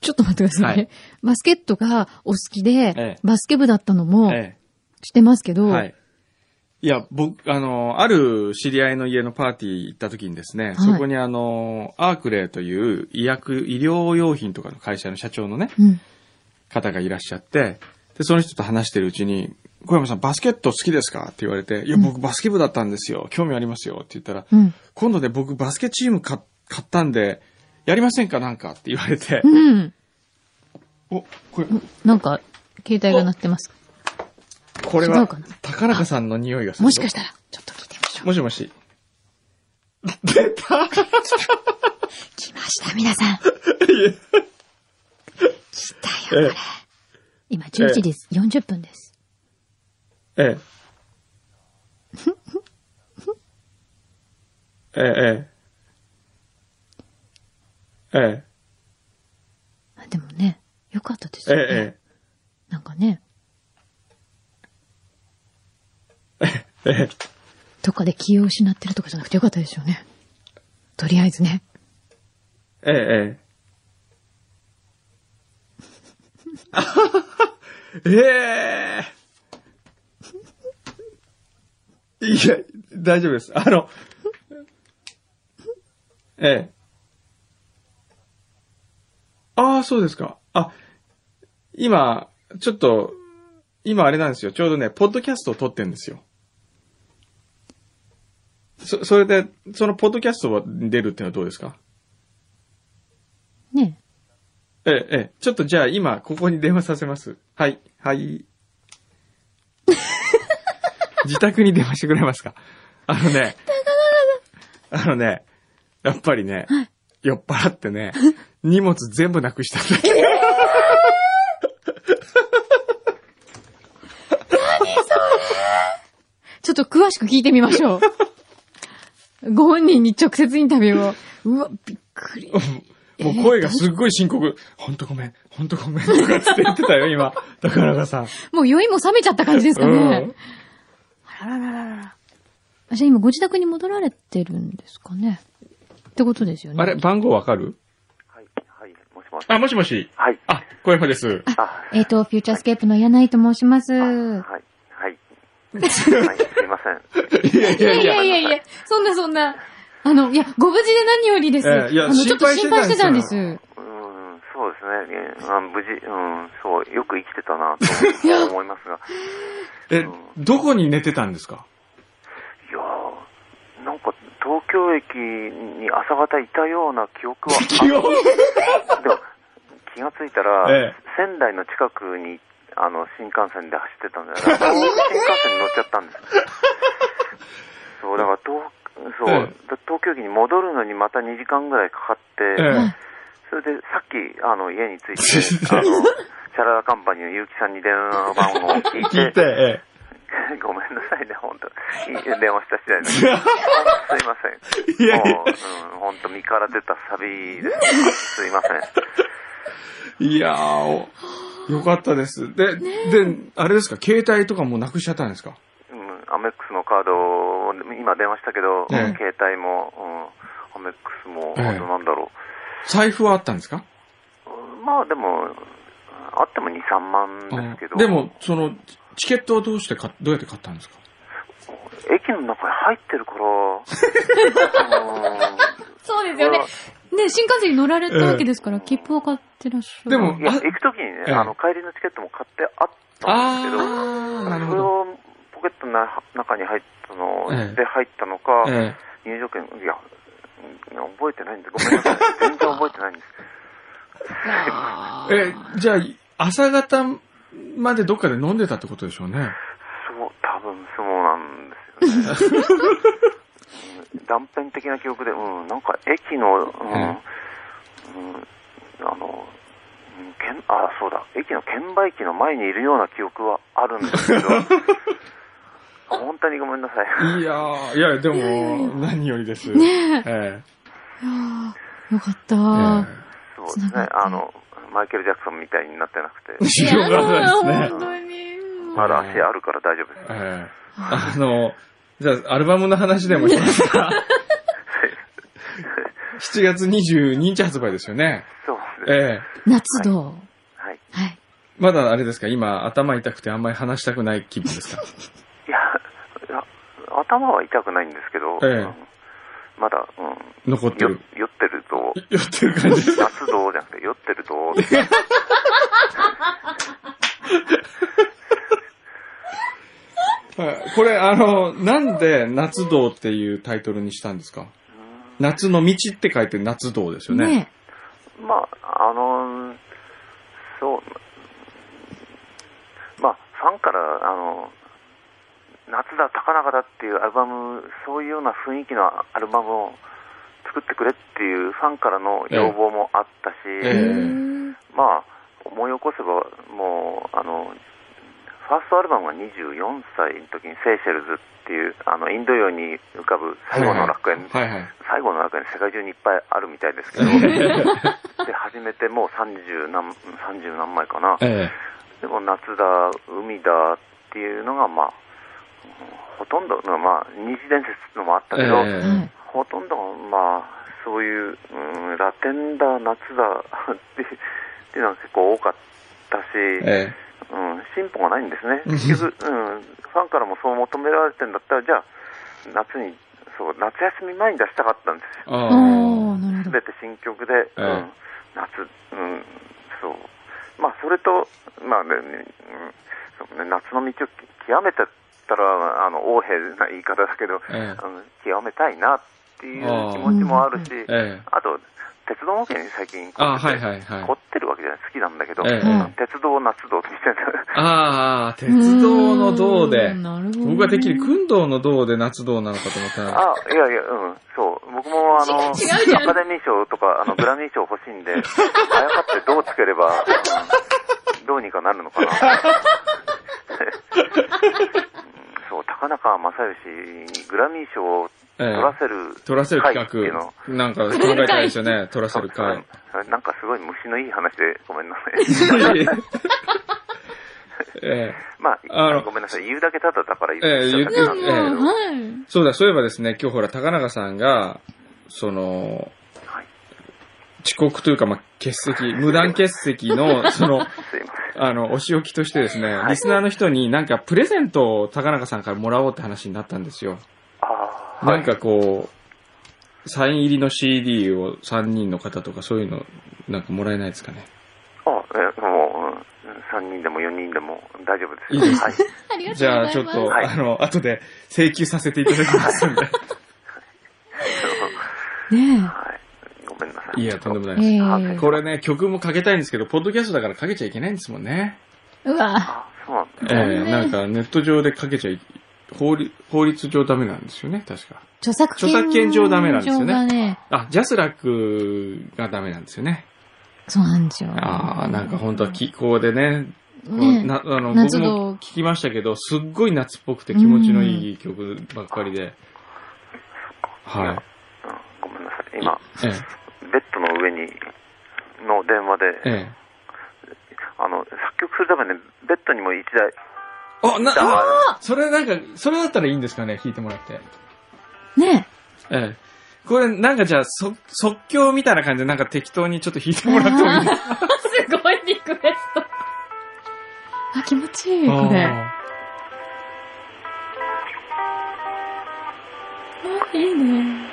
S4: ちょっと待ってくださいね。
S3: はい
S4: バスケットがお好きで、
S3: ええ
S4: バスケ部だったのも
S3: え
S4: してますけ
S3: え。
S4: ど、
S3: はい。いや、僕、あの、ある知り合いの家のパーティー行った時にですね、
S4: い
S3: そこにあの、アークレーという医薬、医療用品とかの会社の社長のね、
S4: うん。
S3: 方がいらっしゃって、で、その人と話してるうちに、小山さんバスケット好きですかって言われて、いや、僕バスケ部だったんですよ。興味ありますよ。って言ったら、
S4: うん。
S3: 今度ね、僕バスケチームか買ったんで、やりませんかなんかって言われて、
S4: うん。
S3: お、これ、
S4: なんか、携帯が鳴ってます。
S3: これ
S4: 違
S3: は
S4: うかな、
S3: 高中さんの匂いがする。
S4: もしかしたら、ちょっと聞いてみましょう。
S3: もしもし。出た *laughs*
S4: 来ました、皆さん。来たよ、これ。今11時です。40分です。
S3: ええ。ええ。ええ。
S4: あでもね、よかったです
S3: え
S4: よ、ね。
S3: え。
S4: なん
S3: *laughs*
S4: かね。とかで気を失ってるとかじゃなくてよかったですよね。とりあえずね。
S3: ええ。ええ。 *laughs* ええ。いや、大丈夫です。あの、ええ。ああ、そうですか。あ、今、ちょっと、今あれなんですよ。ちょうどね、ポッドキャストを撮ってるんですよ。そ、それで、そのポッドキャストは出るっていうのはどうですか
S4: ね。
S3: ええ、ええ、ちょっとじゃあ今、ここに電話させます。はい、はい。 *laughs* 自宅に電話してくれますかあのね、 *laughs* あのね、やっぱりね、酔っ払って *laughs* ね、荷物全部なくしたんだけど。
S4: ちょっと詳しく聞いてみましょ
S3: *laughs*
S4: う。ご本人に直接インタビューを。うわ、びっくり。
S3: もう声がすっごい深刻。ほんとごめん、ほんとごめん、とかつって言ってたよ、今。高中さん。
S4: もう酔いも冷めちゃった感じですか
S3: うん
S4: ね。あららららら。あじゃあ今ご自宅に戻られてるんですかね。ってことですよね。
S3: あれ、番号わかる
S6: はい、はい、もしもし。
S3: あ、もしもし。
S6: はい。
S3: あ、小山です。
S6: あ、
S4: えっ、と、フューチャースケープの柳井と申します。
S3: *laughs*
S4: い
S6: はい、はい。はい、すいません。
S3: *laughs* いやい
S4: やいやいやいや、そんなそんな。あの、いや、ご無事で何よりです。
S3: ええいや
S4: あの、ちょっと心
S3: 心
S4: 配
S3: 配し
S4: し
S3: てて
S4: た
S3: たん
S4: んで。
S3: ですす
S4: い
S6: うん、そうですね。えあ無事、うん、そう、よく生きてたな、と思いま
S3: *laughs*
S6: すが。
S3: え、どこに寝てたんですか
S6: いやーなんか、東京駅に朝方いたような記憶は
S3: 気温 *laughs*
S6: あでも気がついたら、
S3: ええ
S6: 仙台の近くに、あの、新幹線で走ってたん
S3: *laughs*
S6: じゃないかな新幹線に乗っちゃったんです。そう、だから、東、そう、
S3: え
S6: だ東京駅に戻るのにまた2時間ぐらいかかって、
S3: え
S6: それでさっきあの家に
S3: *laughs*
S6: 着いて、あのチャララカンパニーの結城さんに電話番号を聞い
S3: 聞い
S6: て、
S3: て、ええ
S6: *laughs* ごめんなさいね、本当いい電話した次第
S3: *laughs*
S6: です。すいません。
S3: いやいや
S6: もう、うん、本当身から出たサビです。すいません。
S3: いやー、およかったです。で、で、あれですか、携帯とかもうなくしちゃったんですか
S6: うん、アメックスのカードを、今電話したけど、
S3: ええ
S6: 携帯も、うん、アメックスも、
S3: ええ
S6: あとなんだろ
S3: 財布はあったんですか
S6: う。まあでも、あっても2、3万ですけど、
S3: でも、その、チケットはどうしてか、どうやって買ったんですか
S6: 駅の中に入ってる
S3: *laughs*
S6: から、うん
S4: そうですよね。ね、新幹線に乗られたわけですから、切符を買ってらっしゃる。
S3: でも
S6: いや、
S3: あ
S6: 行くときにね、
S3: ええ
S6: あの、帰りのチケットも買ってあったんですけど、
S3: あー、なる
S6: そ
S3: ほ
S6: れ
S3: ど。
S6: をポケットの中に入ったの、
S3: ええ
S6: で入ったのか、
S3: え
S6: 入場券、いや、うん覚えてないんで、ごめんな
S3: *laughs*
S6: さい。全然覚えてないんです。
S3: えええ、じゃあ、朝方までどっかで飲んでたってことでしょうね。
S6: そう、多分そうなんですよね。うん断片的な記憶で、うん、なんか駅の、うん、
S3: え
S6: うん、あの、うんけんあ、そうだ、駅の券売機の前にいるような記憶はあるんですけど、本当にごめんなさい。
S3: いやー、いや、でも、何よりです。
S4: ねえ。
S3: え
S4: いやーよかった。
S3: え。
S6: そうです
S4: つながっ
S6: ね
S4: て。
S6: あの、マイケル・ジャクソンみたいになってなくて、
S3: え。よかったですね。
S4: 本当に。もう
S6: まだ足あるから大丈夫です。
S3: ええあの、じゃあ、アルバムの話でもしますか。7月22日発売ですよね。
S6: そうですね。
S3: ええ
S4: 夏道。
S6: はい。
S4: はい。
S3: まだあれですか、今、頭痛くてあんまり話したくない気分ですか。
S6: いや、いや頭は痛くないんですけど、
S3: ええ
S6: うんまだ、うん、
S3: 残って
S6: よ
S3: る。
S6: 酔ってると、
S3: *laughs* 酔ってる感じ。
S6: 夏道じゃなくて酔っ
S3: *laughs*
S6: てると、
S3: はいこれ、あの、なんで、夏道っていうタイトルにしたんですか夏の道って書いて夏道ですよね。
S4: ね
S6: まあ、あの、そう、まあ、ファンから、あの、夏だ、高中だっていうアルバム、そういうような雰囲気のアルバムを作ってくれっていうファンからの要望もあったし、
S3: ええ
S4: え。
S6: まあ、思い起こせば、もう、あの、ファーストアルバムが24歳の時にセーシェルズっていう、あの、インド洋に浮かぶ最後の楽園、
S3: はいはい。
S6: 最後の楽園世界中にいっぱいあるみたいですけど、
S3: *laughs*
S6: で、始めてもう30何、30何枚かな。
S3: え
S6: でも夏だ、海だっていうのが、まあ、うんほとんど、まあ、二次伝説のもあった
S3: え。え
S6: けど、
S4: い。
S3: え。
S4: はい。
S6: ほとんどが、まあ、そういう、うん、ラテンだ、夏だ *laughs* ってっていうのが結構多かったし、
S3: え
S6: うん、進歩がないんで
S3: *laughs*
S6: すね。結局、うん、ファンからもそう求められてんだったら、じゃあ、夏に、そう、夏休み前に出したかったんですよ。
S3: え。あ
S4: ああ、なるほ
S6: すべ
S4: ど。
S6: て新曲で、う
S3: ええ
S6: ん、夏、うん、そう。まあ、それと、まあね、うんそうね夏の道を極めてったら、あの、横柄な言い方だけど、
S3: ええ
S6: あの極めたいなっていう気持ちもあるし、
S3: ええ。
S6: あと、鉄道模型に最近凝ってて、
S3: あはいはいはい
S6: 凝ってるわけじゃない、好きなんだけど、
S3: ええ
S4: うん
S6: 鉄道、夏道って言ってる。
S3: ああ、鉄道の道
S4: う
S3: で
S4: ん。なるほど。
S3: 僕はてっきり、訓道の道で夏道なのかと思ったら。
S6: あ、いやいや、うん、そう。僕も、あの、ア
S4: 違う違う
S6: カデミー賞とか、あの、グラミー賞欲し
S3: *laughs*
S6: いんで、あやかってどうつければ、うんどうにかなるのか
S3: *laughs*
S6: な。うんそう、高中正義にグラミー賞を
S3: え
S6: 取ら
S3: え。
S6: せる、
S3: 取らせる
S6: 会っていうの
S3: 企画。なんか考えたいですよね。取らせる会。
S6: うんなんかすごい虫のいい話で、ごめんなさい。
S3: *laughs* ええ。
S6: ま
S3: あ
S6: あ
S3: の、
S6: ごめんなさい、言うだけただだから言
S3: ええ
S6: っちゃっただけ
S4: で
S6: な
S4: も
S6: ん
S4: う、
S3: え
S6: で
S3: え
S4: はい。
S3: そうだ、そういえばですね、今日ほら、高永さんが、その、
S6: はい
S3: 遅刻というか、まあ、欠席、無断欠席
S6: *laughs*
S3: の、その、
S6: すいません。
S3: あの、お仕置きとしてですね、
S6: い
S3: リスナーの人になんかプレゼントを高中さんからもらおうって話になったんですよ。
S6: あー
S3: なんかこう、サイン入りの CD を3人の方とかそういうの、なんかもらえないですかね。
S6: あ、え、もう、うん、3人でも4人でも大丈夫です。
S3: いいです
S6: はい。
S4: ありがとうございます。
S3: じゃあちょっと、
S6: はい
S3: あの、後で請求させていただきますんで。
S4: *laughs* ね
S6: はい。ごめんなさい。
S3: いや、とんでもない
S4: え。
S3: です。
S4: ええ
S6: はい
S3: これね、曲もかけたいんですけど、ポッドキャストだからかけちゃいけないんですもんね。
S4: うわ。
S6: あ、そうなんだ。
S3: ええなんかネット上でかけちゃい、法律、法律上ダメなんですよね、確か。
S4: 著作権。
S3: 著作権上ダメなんですよね
S4: 上がね。
S3: あ、ジャスラックがダメなんですよね。
S4: そうなんですよ。
S3: ああ、なんか本当は気候でね、
S4: ね
S3: なあの僕
S4: 夏の
S3: も聞きましたけど、すっごい夏っぽくて気持ちのいい曲ばっかりで。はい。
S6: うんごめんなさい。今、
S3: え
S6: ベッドの上に、の電話
S3: え、
S6: で、
S3: ええ。
S6: あの、作曲するために、ベッドにも一台、
S3: あ、な、
S6: ギターがある
S3: あーそれなんか、それだったらいいんですかね、弾いてもらって。
S4: ね
S3: ええ。これ、なんかじゃあ、そ即興みたいな感じで、なんか適当にちょっと弾いてもらってもいいですか
S4: すごいリクエスト。あ、気持ちいい、これ。あ
S3: あ
S4: いいね。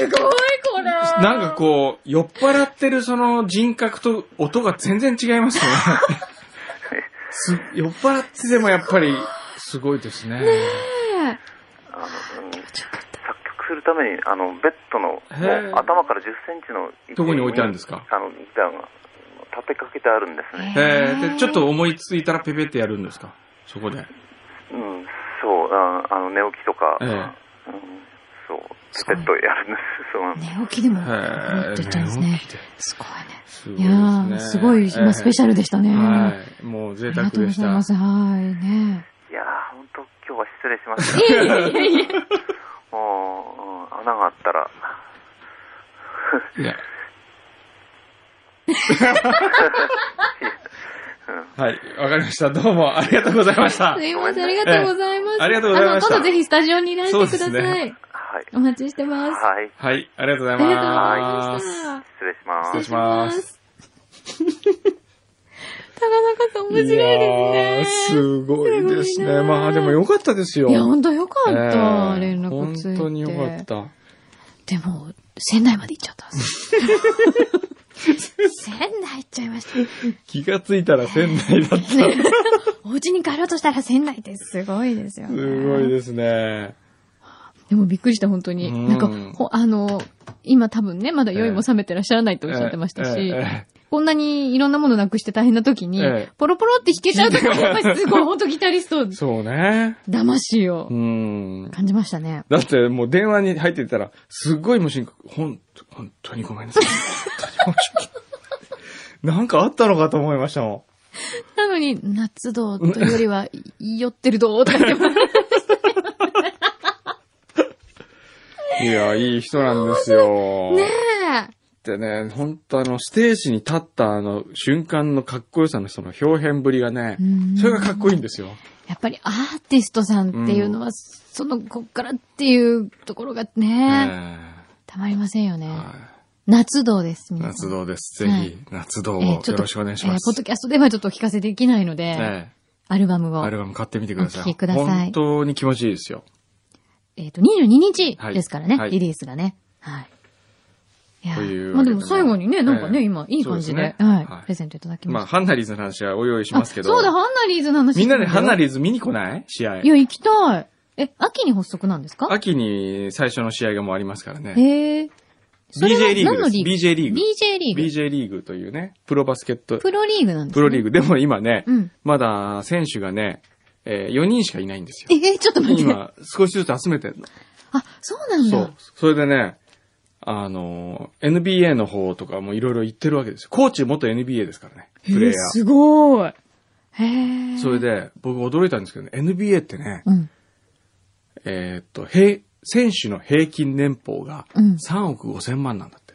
S4: すごい、これ。
S3: ーなんかこう、酔っ払ってるその人格と音が全然違いますよね。す酔っ払ってでもやっぱり、すごいですね。
S6: あの、うん作曲するために、あの、ベッドの、も
S3: へえ
S6: う頭から10センチの位置
S3: どこに置いてあるんですか
S6: あの、ギターが、立てかけてあるんですね。
S3: えー、で、ちょっと思いついたらペペってやるんですかそこで。
S6: うん、そう、ああの、寝起きとか、
S3: ええ
S6: うん、そう、ペペットやるんです。 *laughs* そうなんです。
S4: 寝起きでも、
S3: え
S4: こ
S3: ー
S4: うやってやっちゃうんですね
S3: 起き。て
S4: すごいね。
S3: すご
S4: いやー、すごい、今スペシャ
S3: ル
S4: ャルでしたね。
S3: はい。もう
S4: あ
S3: 贅
S4: り
S3: 沢
S4: がとう
S3: で
S4: ご
S3: し
S4: ざいま
S3: た。
S4: す。はい、ね。
S6: 失礼しました。
S4: *laughs* いやいやいや。
S6: *laughs* もう、うん穴があったら、
S3: いや。はい、わかりました。どうもありがとうございました
S4: す。いません、ありがとうございます。
S3: ええありがとうございました
S4: あの、今度ぜひスタジオにいらしてくださ
S3: そ
S4: い。
S3: うです
S6: はい。
S4: お待ちしてます。
S6: はい。
S3: はい、ありがとうござい
S4: ありがとう
S3: ま
S4: ござい
S3: す。
S4: ました。
S6: 失礼しま
S3: 失
S6: す
S3: 礼。します
S4: 失礼します。高中さん面白いですね。
S3: すごいです
S4: すご
S3: ね。
S4: いな
S3: まあでもよかったですよ。
S4: いや、ほんとよかった。
S3: ええ
S4: 連絡ついて。
S3: 本当によかっ。た。
S4: でも、仙台まで行っちゃったんです。
S3: *laughs*
S4: 仙台行っちゃいました。
S3: 気がついたら仙台だ
S4: *laughs*
S3: った。す
S4: お家に帰ろうとしたら仙台ってすごいですよね。
S3: ごいですね。
S4: でもびっくりした、本当に。
S3: うん
S4: なんか、ほあの、今多分ね、まだ酔いも冷めてらっしゃらないとおっしゃってました
S3: ええ
S4: し
S3: え、
S4: こんなにいろんなものなくして大変な時に
S3: ええ、
S4: ポロポロって弾けちゃうとか、やっぱりすごい、本当ギタリスト
S3: え、そうね。
S4: 魂を
S3: うん。
S4: 感じましたね。
S3: だってもう電話に入ってたら、すっごい無心、ほん、本当にごめんなさ *laughs* い。本当に申し訳ないなんかあったのかと思いましたも
S4: なのに、夏道というよりは、酔ってる道とか言ってます。
S3: ん。いや、いい人なんですよ。
S4: ねえ。
S3: でね、本当あの、ステージに立ったあの、瞬間のかっこよさのその表現ぶりがね
S4: うん、
S3: それがかっこいいんですよ。
S4: やっぱりアーティストさんっていうのは、その、こっからっていうところがね、たまりませんよね。
S3: は
S4: 夏道です、
S3: い
S4: 皆
S3: 夏
S4: さん。
S3: 道です。ぜ
S4: はい
S3: ひ、夏道を
S4: え
S3: よ
S4: ーちょっと
S3: ろしくお願いしま
S4: えーポッ
S3: す
S4: ド。キャストではちょっとお聞かせできないので、
S3: ええ
S4: アルバムを
S3: ア。ルバム買ってみてください。
S4: お聞きください
S3: 本当に気持ちいいですよ。
S4: えっ、と、22日ですからね、
S3: はいはい
S4: リリースがね。はい。いや
S3: というわけでね
S4: まあでも最後にね、なんかね、
S3: ええ
S4: 今、いい感じで、
S3: そうですね
S4: はい、
S3: はい
S4: プレゼントいただきま
S3: まあ、
S4: した。
S3: ハンナリーズの話はお用意しますけど。
S4: あそうだ、ハンナリーズの話。
S3: みんなでハンナ
S4: リ
S3: リーズ見に来ない試合
S4: い。や、行きたい。え、秋に発足なんですか
S3: 秋に最初の試合がもうありますからね。
S4: へえ。それは
S3: BJ リー
S4: 何の
S3: グ
S4: リーグ
S3: です。BJ リーグ。
S4: BJ リーグ。
S3: BJ リーグというね、プロバスケット、
S4: プロリーグなんです、ね、
S3: プロリーグ。でも今ね、
S4: うん
S3: まだ選手がね、え4人しかいないんですよ。
S4: えー、ちょっと待って。
S3: 今、少しずつ集めてる
S4: あ、そうなん
S3: の。
S4: だ。
S3: そう。それでね、あの、NBA の方とかもいろいろ言ってるわけですよ。コーチ元 NBA ですからね、
S4: へ
S3: プレイ
S4: え、
S3: ヤ
S4: すごい。へえ。
S3: ー。それで、僕驚いたんですけどね、NBA ってね、
S4: うん。
S3: えーっと、平、選手の平均年俸が
S4: うん
S3: 3億5千万なんだって。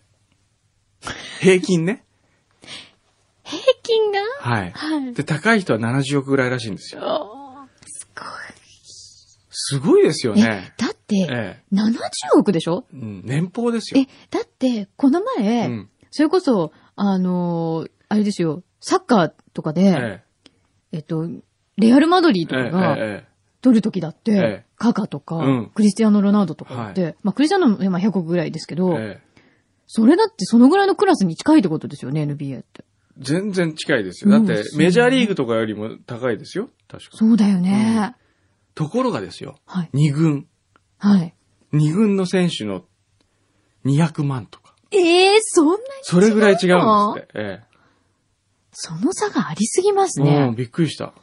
S3: 平均
S4: *laughs*
S3: ね。
S4: 平均が
S3: はい。
S4: はい
S3: で、高い人は70億ぐらいらしいんですよ。
S4: おーすごい。
S3: すごいですよね。
S4: だって、
S3: ええ
S4: 70億でしょ
S3: うん、年俸ですよ
S4: え。、だって、この前、
S3: うん
S4: それこそ、あのーあれですよ、サッカーとかで、
S3: え
S4: えっと、レアル・マドリ
S3: え、
S4: ーと
S3: え
S4: か
S3: え、
S4: が、
S3: え
S4: 取る時だって、
S3: ええ
S4: カカとか、
S3: うん
S4: クリスティアーノ・ロナウドとかだって、
S3: は
S4: まあ、クリスティアーノも今100億ぐらいですけ
S3: え
S4: ど、
S3: ええ、
S4: それだってそのぐらいのクラスに近いってことですよね、NBA って。
S3: 全然近いですよ。だっ
S4: うん
S3: て
S4: そ、う
S3: メジャーリーグとかよりも高いですよ。確か
S4: そうだよね。
S3: ところがですよ、
S4: はい。
S3: 2軍。
S4: はい。
S3: 2軍の選手の200万とか。
S4: ええそんなに
S3: それぐらい違
S4: 違う
S3: うん
S4: の
S3: ですって。え
S4: その差がありすぎます
S3: え。
S4: ね。
S3: うん、びっくりした。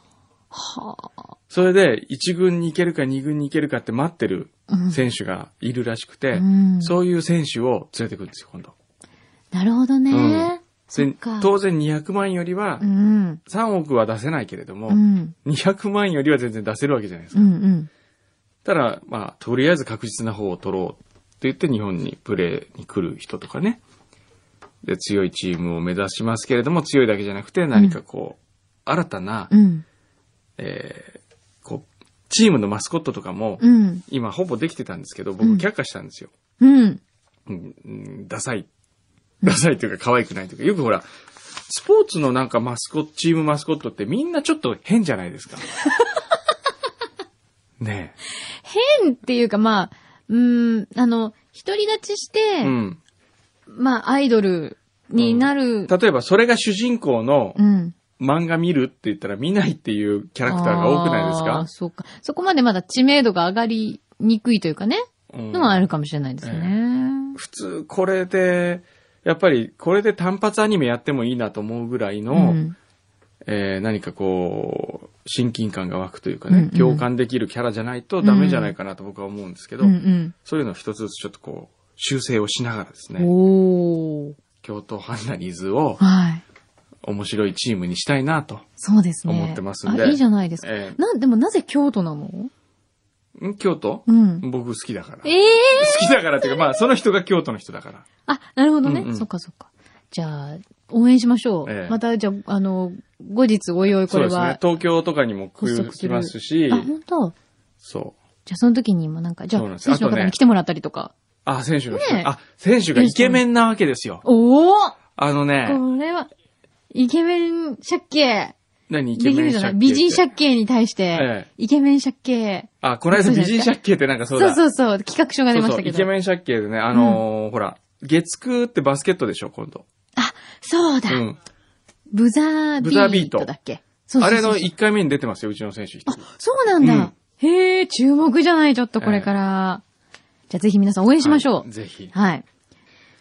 S4: はあ。
S3: それで、1軍に行けるか2軍に行けるかって待ってる
S4: うん
S3: 選手がいるらしくて、
S4: うん
S3: そういう選手を連れてくるんですよ、今度。
S4: なるほどね。
S3: うん
S4: そっ
S3: で
S4: か。
S3: 当然200万よりは
S4: う、ん。
S3: 3億は出せないけれども、
S4: うん。
S3: 200万よりは全然出せるわけじゃないです
S4: う
S3: か。
S4: んうん。
S3: ただ、まあ、とりあえず確実な方を取ろうって言って日本にプレーに来る人とかね。で、強いチームを目指しますけれども、強いだけじゃなくて何かこう、新たな、
S4: うん。
S3: えーこう、チームのマスコットとかも、
S4: うん。
S3: 今ほぼできてたんですけど、
S4: う
S3: 僕
S4: ん
S3: 却下したんですよ。
S4: うん。
S3: うんうんダサい。ダサいというか可愛くないというか、よくほら、スポーツのなんかマスコット、チームマスコットってみんなちょっと変じゃない
S4: *laughs*
S3: ですか。ね
S4: 変っていうか、まあ、うん、あの、独り立ちして、
S3: え。うん。
S4: まあ、アイドルになる。
S3: 例えばそれが主人公の
S4: うん。
S3: 漫画見るって言ったら見ないっていうキャラクターが多くないです
S4: あー
S3: か
S4: そうか。そこまでまだ知名度が上がりにくいというかね、
S3: うん
S4: のはあるかもしれないですよね。
S3: 普通これで、やっぱりこれで単発アニメやってもいいなと思うぐらいの、
S4: うん。
S3: えー何かこう、親近感が湧くというか
S4: うん
S3: ね
S4: う、ん
S3: 共感できるキャラじゃないとダメじゃないかなと僕は思うんですけど、
S4: うんうん。
S3: そういうのを一つずつちょっとこう、修正をしながらですね、
S4: おー。
S3: 京都ハンナリーズを
S4: はい。
S3: 面白いチームにしたいなと。
S4: そうですね。
S3: 思ってますんで
S4: あいいじゃないですか。
S3: ええ
S4: なん、でもなぜ京都なの
S3: ん京都
S4: うん。
S3: 僕好きだから。好
S4: ええ
S3: きだからっていうか、まあ、その人が京都の人だから。
S4: あ、なるほどね。
S3: うんうん
S4: そっかそっか。じゃあ、応援しましょう。
S3: ええ
S4: また、じゃあ、あの、後日おいおい *laughs* こ
S3: そう
S4: れ
S3: ですね
S4: は。。
S3: 東京とかにも来来ますし
S4: あ、、本当
S3: そう。
S4: じゃあ、その時にもなんか、じゃあ
S3: そうなん、です
S4: 選手の
S3: あと
S4: 方
S3: ね
S4: に来てもらったりとか。
S3: あ、選手の人
S4: ねえ
S3: あ、選手がイケメンなわけですよ。
S4: おお
S3: あのね、
S4: これは、イケメン借景。
S3: 何イケ
S4: でき
S3: メ
S4: る
S3: ン
S4: じゃな
S3: 借
S4: い
S3: 景
S4: 美人
S3: って
S4: 借景に対し
S3: え
S4: て、イケメン借景。
S3: あ、この間美人借景ってなんかそ
S4: そう
S3: だ。
S4: うそうそう、企画書が出ま
S3: そう
S4: し
S3: そ
S4: た
S3: う
S4: け
S3: イ
S4: ど。
S3: ケメン借景でね、あのーほら、月9ってバスケットでしょ、今度。
S4: そう
S3: う
S4: だ、
S3: ん。
S4: ブザービ
S3: ブザービ
S4: ー
S3: ート
S4: トだっけ。そうそ
S3: あ
S4: うそう
S3: れ
S4: そう
S3: の1回目に出てますよ、うちの選手一人。
S4: そうなんだ。
S3: うん
S4: へえ、注目じゃない、ちょっとこれから。じゃあぜひ皆さん応援しましょう
S3: はい。ぜひ。
S4: はい。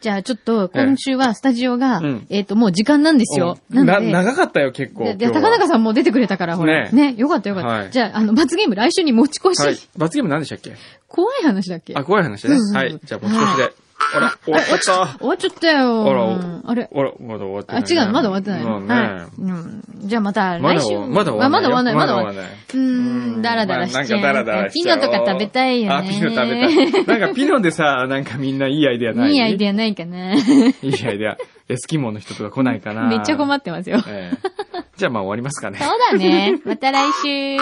S4: じゃあちょっと、今週はスタジオが、
S3: ええうん
S4: えっ、と、もう時間なんですよ。
S3: うん
S4: な
S3: な、
S4: ので。
S3: 長かったよ、結構。
S4: でで
S3: 今日
S4: 高
S3: は
S4: 中さんも出てくれたから、ほら。ね
S3: ね
S4: よかったよかった。
S3: はい
S4: じゃあ、あの、罰ゲーム来週に持ち越し。
S3: はい。罰ゲーム何でしたっけ
S4: 怖い話だっけ
S3: あ、怖い話ね
S4: そうそう。そう
S3: はい。じゃあ、もう少しで。あら、終わっちゃった。
S4: 終わっちゃったよ。
S3: あら
S4: うんあれ
S3: あら、まだ終わって
S4: あ、
S3: ない、
S4: 違う、まだ終わってないの。
S3: まあ
S4: は
S3: ね
S4: い、うん。じゃあまた
S3: ま
S4: 来
S3: だ
S4: 週。
S3: 終わまだ終わんないよ。
S4: あまだ終わんない、まだ終わん
S3: ん
S4: ない。
S3: ない。
S4: うーん、だらだらしちゃう。
S3: まあなんかダラダラし
S4: ピ
S3: ちゃ
S4: ノ
S3: う
S4: とか食べたいよね。
S3: あ、ピノ食べたい。なんかピノでさ、なんかみんないいアイデアない
S4: *laughs* いアイデ
S3: ア。
S4: アないかな。
S3: いいアイデア。エスキモの人とか来ないかな。
S4: *laughs* めっちゃ困
S3: っ
S4: ってますよ。
S3: ええじゃあまあ終わりますかね
S4: そう。だね。また来週。